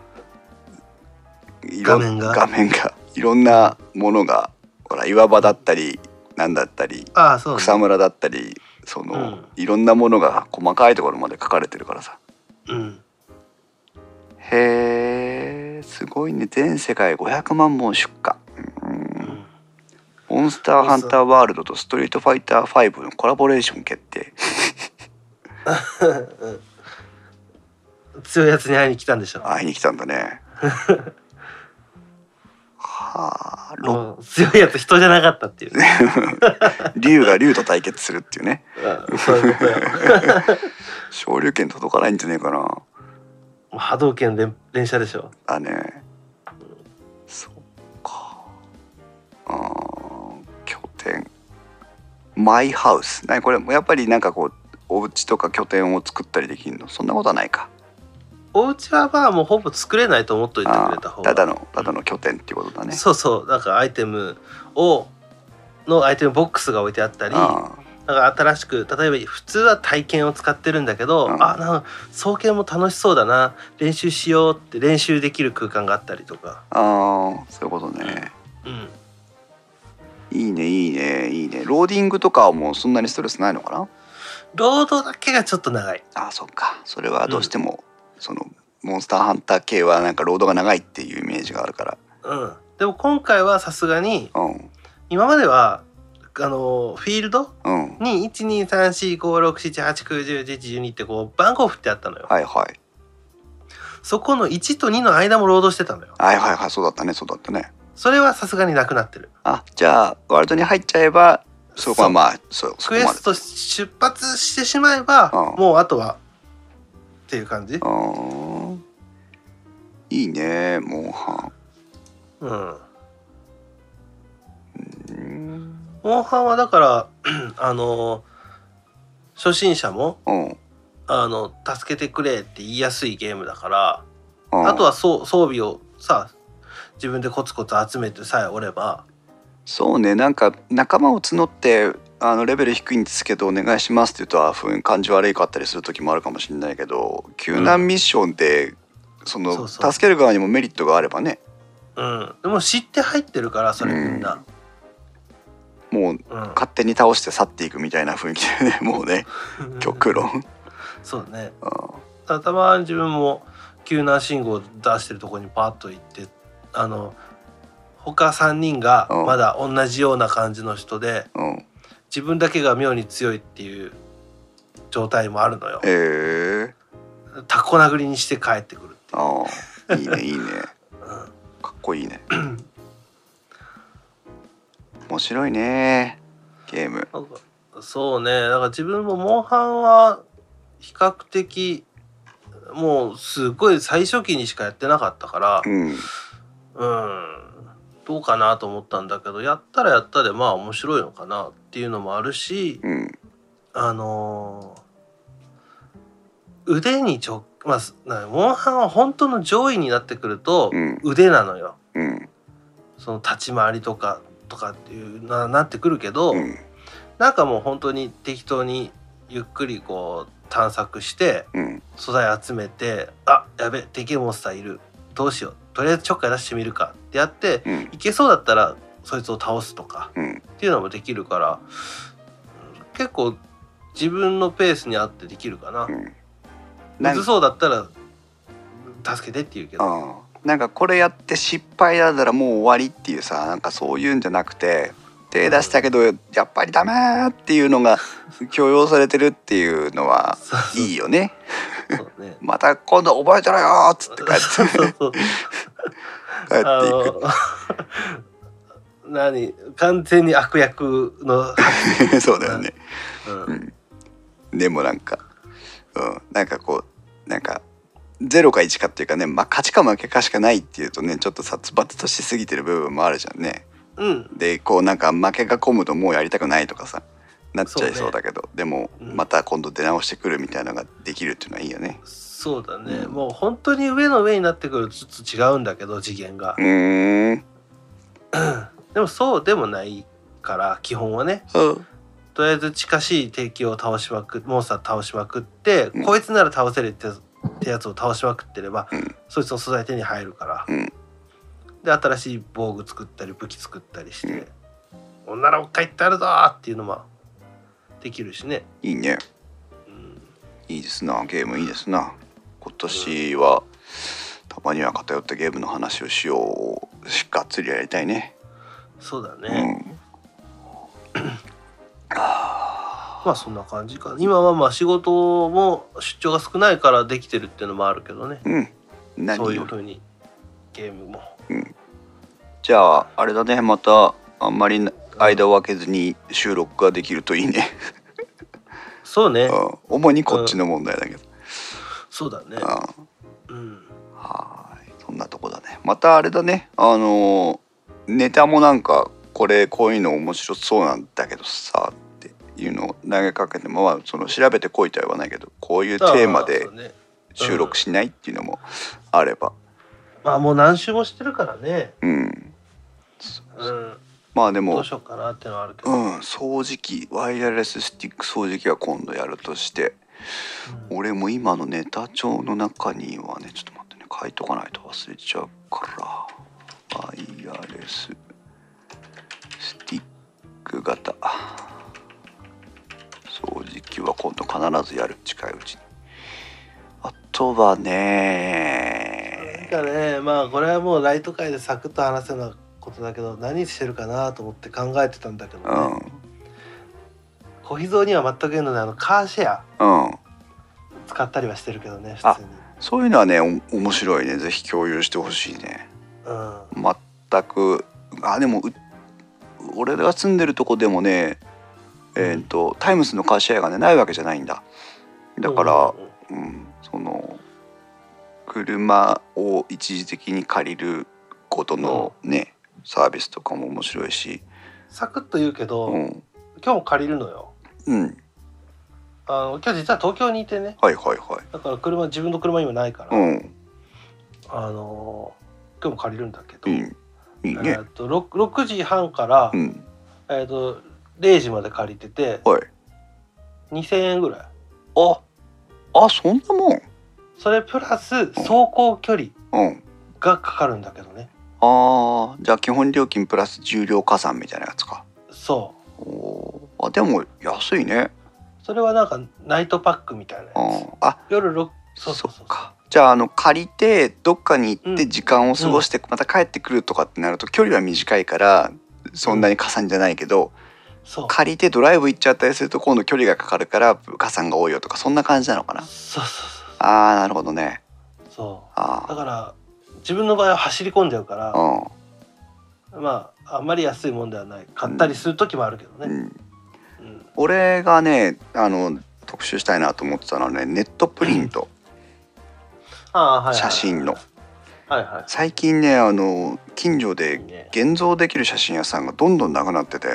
[SPEAKER 1] い
[SPEAKER 2] 画
[SPEAKER 1] ろ
[SPEAKER 2] 面が
[SPEAKER 1] 画面がいろんなものがほら岩場だったりなんだったり
[SPEAKER 2] ああ、そう、ね。
[SPEAKER 1] 草むらだったりその、
[SPEAKER 2] うん
[SPEAKER 1] いろんなものが細かいところまで書かれてるからさ
[SPEAKER 2] うん。
[SPEAKER 1] へえすごいね全世界500万本出荷う
[SPEAKER 2] う
[SPEAKER 1] ん
[SPEAKER 2] ん
[SPEAKER 1] モンスターハンターワールドとストリートファイター5のコラボレーション決定
[SPEAKER 2] うん強いやつに会いに来たんでしょ。
[SPEAKER 1] 会いに来たんだ ねはあろ
[SPEAKER 2] うん強いやつ人じゃなかったっていう。
[SPEAKER 1] 竜が竜と対決するっていうね
[SPEAKER 2] うんそういうことよ。
[SPEAKER 1] 昇竜拳届かないんじゃねえかな
[SPEAKER 2] もう波動拳連 連射でしょ。
[SPEAKER 1] だねそっかあー拠点マイハウスなにこれやっぱりなんかこうお家とか拠点を作ったりできるのそんなことはないか
[SPEAKER 2] お家はまあもうほぼ作れないと思っといてく
[SPEAKER 1] あ
[SPEAKER 2] れた
[SPEAKER 1] ー
[SPEAKER 2] 方
[SPEAKER 1] ただ
[SPEAKER 2] が。
[SPEAKER 1] のただの拠点っていうことだね
[SPEAKER 2] そうそう。なんかアイテムをのアイテムボックスが置いてあったり。
[SPEAKER 1] あ
[SPEAKER 2] なんか新しく例えば普通は体験を使ってるんだけど、
[SPEAKER 1] うん
[SPEAKER 2] あなんか双剣も楽しそうだな練習しようって練習できる空間があったりとか、
[SPEAKER 1] ーあーそういうことね
[SPEAKER 2] うん、
[SPEAKER 1] いいねいいねいいねローディングとかはもうそんなにストレスないのかな
[SPEAKER 2] ロードだけがちょっと長い
[SPEAKER 1] あーそっかそれはどうしても、そのモンスターハンター系はなんかロードが長いっていうイメージがあるから
[SPEAKER 2] うん、でも今回はさすがに
[SPEAKER 1] うん
[SPEAKER 2] 今まではあのフィールド
[SPEAKER 1] うん
[SPEAKER 2] に123456789101112ってこう番号振ってあったのよ、
[SPEAKER 1] はいはい
[SPEAKER 2] そこの1と2の間もロードしてたのよ
[SPEAKER 1] はいはいはいそうだったねそうだったね
[SPEAKER 2] それはさすがになくなってる
[SPEAKER 1] あじゃあワールドに入っちゃえばそこはまあそうそこ
[SPEAKER 2] クエ
[SPEAKER 1] まで
[SPEAKER 2] スト出発してしまえば、
[SPEAKER 1] うん
[SPEAKER 2] もうあとはっていう感じ、
[SPEAKER 1] うーんいいねモンハ
[SPEAKER 2] うん、
[SPEAKER 1] ンうん
[SPEAKER 2] モンハンはだから あの初心者も
[SPEAKER 1] うんうん
[SPEAKER 2] あの助けてくれって言いやすいゲームだから、あとはそう装備をさ自分でコツコツ集めてさえおれば
[SPEAKER 1] そうねなんか仲間を募ってあのレベル低いんですけどお願いしますって言うとあふん感じ悪いかったりする時もあるかもしれないけど救難ミッションで、その
[SPEAKER 2] そうそう
[SPEAKER 1] 助ける側にもメリットがあればね
[SPEAKER 2] うんでも知って入ってるからそれみんな、
[SPEAKER 1] もう
[SPEAKER 2] うん
[SPEAKER 1] 勝手に倒して去っていくみたいな雰囲気でねもうね極論
[SPEAKER 2] そうね
[SPEAKER 1] うん
[SPEAKER 2] たたまに自分も急な信号出してるとこにパッと行ってあの他3人が
[SPEAKER 1] うん
[SPEAKER 2] まだ同じような感じの人で
[SPEAKER 1] うん
[SPEAKER 2] 自分だけが妙に強いっていう状態もあるのよ
[SPEAKER 1] えー、
[SPEAKER 2] タコ殴りにして帰ってくるっていう、
[SPEAKER 1] ああいいねいいねかっこいいね
[SPEAKER 2] うん
[SPEAKER 1] 面白いねゲーム
[SPEAKER 2] なんかそうねだから自分もモンハンは比較的もうすごい最初期にしかやってなかったから
[SPEAKER 1] うん
[SPEAKER 2] うんどうかなと思ったんだけどやったらやったでまあ面白いのかなっていうのもあるし
[SPEAKER 1] うん
[SPEAKER 2] あのー腕にちょまあすなモンハンは本当の上位になってくると
[SPEAKER 1] うん
[SPEAKER 2] 腕なのよ。
[SPEAKER 1] うん
[SPEAKER 2] その立ち回りとかとかっていうななってくるけど、
[SPEAKER 1] うん
[SPEAKER 2] なんかもう本当に適当にゆっくりこう探索して
[SPEAKER 1] うん
[SPEAKER 2] 素材集めてあやべでけえモンスターいるどうしようとりあえずちょっかい出してみるかってやって
[SPEAKER 1] うん
[SPEAKER 2] いけそうだったらそいつを倒すとか
[SPEAKER 1] うん
[SPEAKER 2] っていうのもできるから結構自分のペースに合ってできるかな。
[SPEAKER 1] うん
[SPEAKER 2] む
[SPEAKER 1] なん
[SPEAKER 2] ずそうだったら助けてって言うけど。
[SPEAKER 1] ああなんかこれやって失敗だったらもう終わりっていうさなんかそういうんじゃなくて手出したけどやっぱりダメーっていうのが 許容されてるっていうのは
[SPEAKER 2] そうそう
[SPEAKER 1] いいよね
[SPEAKER 2] そうね
[SPEAKER 1] また今度覚えてろよーっつって帰
[SPEAKER 2] そう
[SPEAKER 1] って
[SPEAKER 2] そうそう
[SPEAKER 1] 帰っていく
[SPEAKER 2] あの 何完全に悪役の、
[SPEAKER 1] そうだよね。
[SPEAKER 2] うん
[SPEAKER 1] うん、でもなんか、うん、なんかこうなんか0か1かっていうかね、まあ、勝ちか負けかしかないっていうとねちょっと殺伐としすぎてる部分もあるじゃんね。
[SPEAKER 2] うん
[SPEAKER 1] でこうなんか負けが込むともうやりたくないとかさなっちゃい
[SPEAKER 2] そ
[SPEAKER 1] そう
[SPEAKER 2] ね
[SPEAKER 1] うだけど、でも
[SPEAKER 2] うん
[SPEAKER 1] また今度出直してくるみたいなのができるっていうのはいいよね。
[SPEAKER 2] そうだね、
[SPEAKER 1] うん
[SPEAKER 2] もう本当に上の上になってくるとちょっと違うんだけど次元が
[SPEAKER 1] う、ーん
[SPEAKER 2] でもそうでもないから基本はね
[SPEAKER 1] うん
[SPEAKER 2] とりあえず近しい敵を倒しまくモンスター倒しまくって、
[SPEAKER 1] うん
[SPEAKER 2] こいつなら倒せるってってやつを倒しまくってれば、
[SPEAKER 1] うん
[SPEAKER 2] そいつの素材手に入るから、
[SPEAKER 1] うん
[SPEAKER 2] で新しい防具作ったり武器作ったりして
[SPEAKER 1] うん
[SPEAKER 2] 「おんならもう一回行ってやるぞ!」っていうのもできるしね。
[SPEAKER 1] いいね
[SPEAKER 2] うん
[SPEAKER 1] いいですなゲームいいですな今年はたまには偏ったゲームの話をしようしがっつりやりたいね
[SPEAKER 2] そうだ
[SPEAKER 1] う
[SPEAKER 2] ね、
[SPEAKER 1] んあ
[SPEAKER 2] まあそんな感じか今はまあ仕事も出張が少ないからできてるっていうのもあるけどね
[SPEAKER 1] ーうん何
[SPEAKER 2] そういう
[SPEAKER 1] より
[SPEAKER 2] ふうにゲームも
[SPEAKER 1] じゃああれだねまたあんまり間を空けずに収録ができるといいね、
[SPEAKER 2] そうね
[SPEAKER 1] うん、主にこっちの問題だけど、
[SPEAKER 2] そうだね
[SPEAKER 1] うん、は
[SPEAKER 2] うん
[SPEAKER 1] ーいそんなとこだねまたあれだねあのーネタもなんかこれこういうの面白そうなんだけどさっていうのを投げかけてもまあその調べてこいとは言わないけどこういうテーマ
[SPEAKER 2] あ
[SPEAKER 1] で
[SPEAKER 2] そうね
[SPEAKER 1] 収録しないっていうのもあれば
[SPEAKER 2] まあもう何周もしてるからね、
[SPEAKER 1] うん
[SPEAKER 2] うん、
[SPEAKER 1] まあで
[SPEAKER 2] ど
[SPEAKER 1] も
[SPEAKER 2] うしようかなってのはあるけど、
[SPEAKER 1] う
[SPEAKER 2] うん
[SPEAKER 1] ん掃除機ワイヤレススティック掃除機は今度やるとして俺も今のネタ帳の中にはねちょっと待ってね書いとかないと忘れちゃうからワイヤレススティック型掃除機は今度必ずやる近いうちにあとは
[SPEAKER 2] なん
[SPEAKER 1] ね
[SPEAKER 2] かねまあこれはもうライト界でサクッと話せなことだけど何してるかなと思って考えてたんだけど、
[SPEAKER 1] う
[SPEAKER 2] ね
[SPEAKER 1] ん
[SPEAKER 2] 小秘蔵には全く言うのであのカーシェア
[SPEAKER 1] うん
[SPEAKER 2] 使ったりはしてるけどね
[SPEAKER 1] あ
[SPEAKER 2] 普通に、
[SPEAKER 1] そういうのはねお面白いねぜひ共有してほしいね
[SPEAKER 2] うん、
[SPEAKER 1] 全くあでもう俺が住んでるとこでもねえっ、とタイムスのカーシェアがねないわけじゃないんだだから、
[SPEAKER 2] う
[SPEAKER 1] うんその車を一時的に借りることのね、サービスとかも面白いし
[SPEAKER 2] んサクッと言うけど、
[SPEAKER 1] うん、
[SPEAKER 2] 今日も借りるのよ
[SPEAKER 1] うん、
[SPEAKER 2] あの今日実は東京にいてね
[SPEAKER 1] はいはいは
[SPEAKER 2] だから車自分の車今ないから、
[SPEAKER 1] いうん
[SPEAKER 2] あのー今日も借りるんだけ
[SPEAKER 1] う
[SPEAKER 2] ど、
[SPEAKER 1] んいい
[SPEAKER 2] え
[SPEAKER 1] ね
[SPEAKER 2] ーっと 6, 6時半から、
[SPEAKER 1] うん
[SPEAKER 2] えーっと0時まで借りてて
[SPEAKER 1] はい
[SPEAKER 2] 2000円ぐらい
[SPEAKER 1] ああそんなもん
[SPEAKER 2] それプラス走行距離
[SPEAKER 1] うん
[SPEAKER 2] がかかるんだけどね
[SPEAKER 1] あーじゃあ基本料金プラス重量加算みたいなやつか
[SPEAKER 2] そ
[SPEAKER 1] おーあでも安いね
[SPEAKER 2] うそれはなんかナイトパックみたいなやつ
[SPEAKER 1] ああ
[SPEAKER 2] 夜6
[SPEAKER 1] そ
[SPEAKER 2] そう
[SPEAKER 1] そ
[SPEAKER 2] うそうう
[SPEAKER 1] そ
[SPEAKER 2] そうう
[SPEAKER 1] かじゃああの借りてどっかに行って
[SPEAKER 2] うん
[SPEAKER 1] 時間を過ごしてまた帰ってくるとかってなると距離は短いからそんなに加算じゃないけど
[SPEAKER 2] そう
[SPEAKER 1] 借りてドライブ行っちゃったりすると今度距離がかかるから加算が多いよとかそんな感じなのかな
[SPEAKER 2] そうそう
[SPEAKER 1] あーなるほどね
[SPEAKER 2] そうそ
[SPEAKER 1] あ
[SPEAKER 2] うだから自分の場合は走り込んじゃうか
[SPEAKER 1] ー
[SPEAKER 2] ら
[SPEAKER 1] うん
[SPEAKER 2] まああんまり安いもんではない買ったりする時もあるけど
[SPEAKER 1] う
[SPEAKER 2] ね、
[SPEAKER 1] ん
[SPEAKER 2] うん
[SPEAKER 1] 俺がねあの特集したいなと思ってたのはねネットプリント
[SPEAKER 2] あーはいはい
[SPEAKER 1] 写真の
[SPEAKER 2] はいは
[SPEAKER 1] 最近ねあの近所
[SPEAKER 2] いいい
[SPEAKER 1] で
[SPEAKER 2] ね
[SPEAKER 1] 現像できる写真屋さんがどんどんなくなってて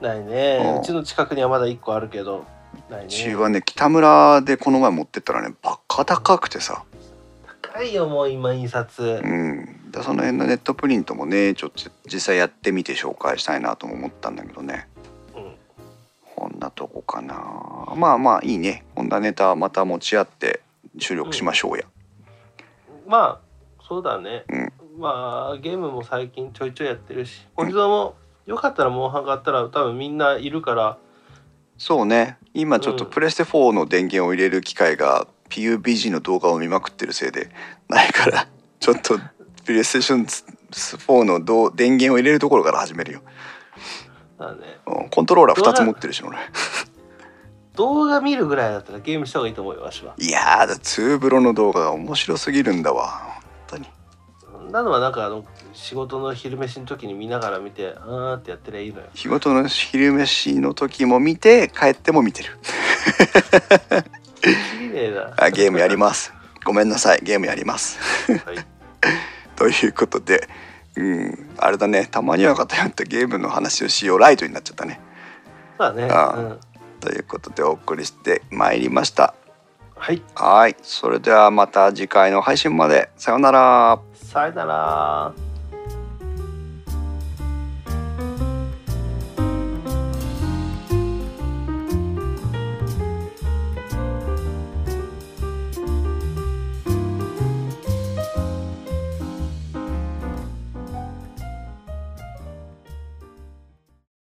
[SPEAKER 2] ない
[SPEAKER 1] うん
[SPEAKER 2] ねうちの近くにはまだ1個あるけどないうね
[SPEAKER 1] ちはね北村でこの前持ってったらねバカ高くてさ、
[SPEAKER 2] 高いよもう今印刷
[SPEAKER 1] うん、だその辺のネットプリントもねちょっと実際やってみて紹介したいなとも思ったんだけどね
[SPEAKER 2] うん
[SPEAKER 1] こんなとこかなまあまあいいねこんなネタまた持ち合って収録しましょうや、
[SPEAKER 2] まあそうだね、
[SPEAKER 1] うん
[SPEAKER 2] まあゲームも最近ちょいちょいやってるし小木蔵もよかったらモンハン買ったら多分みんないるから
[SPEAKER 1] そうね今ちょっと
[SPEAKER 2] うん
[SPEAKER 1] プレステ4の電源を入れる機会が PUBG の動画を見まくってるせいでないからちょっとプレイステーション4のどう電源を入れるところから始めるよ、
[SPEAKER 2] だ、ね、
[SPEAKER 1] うん、コントローラー2つ持ってるし俺
[SPEAKER 2] 動画見るぐらいだったらゲームした方がいいと思うよわしはい
[SPEAKER 1] やーだツーブロの動画が面白すぎるんだわ本当に
[SPEAKER 2] なのはなんかあの仕事の昼飯の時に見ながら見てあーってやってりゃいいのよ
[SPEAKER 1] 仕事の昼飯の時も見て帰っても見てる
[SPEAKER 2] 綺麗だ
[SPEAKER 1] あゲームやります ごめんなさいゲームやります
[SPEAKER 2] はい
[SPEAKER 1] ということでうんあれだねたまには偏ったゲームの話をしようライトになっちゃったね
[SPEAKER 2] そうだね
[SPEAKER 1] あ
[SPEAKER 2] うん
[SPEAKER 1] ということでお送りしてまいりました
[SPEAKER 2] はい
[SPEAKER 1] はいそれではまた次回の配信までさようなら
[SPEAKER 2] さよなら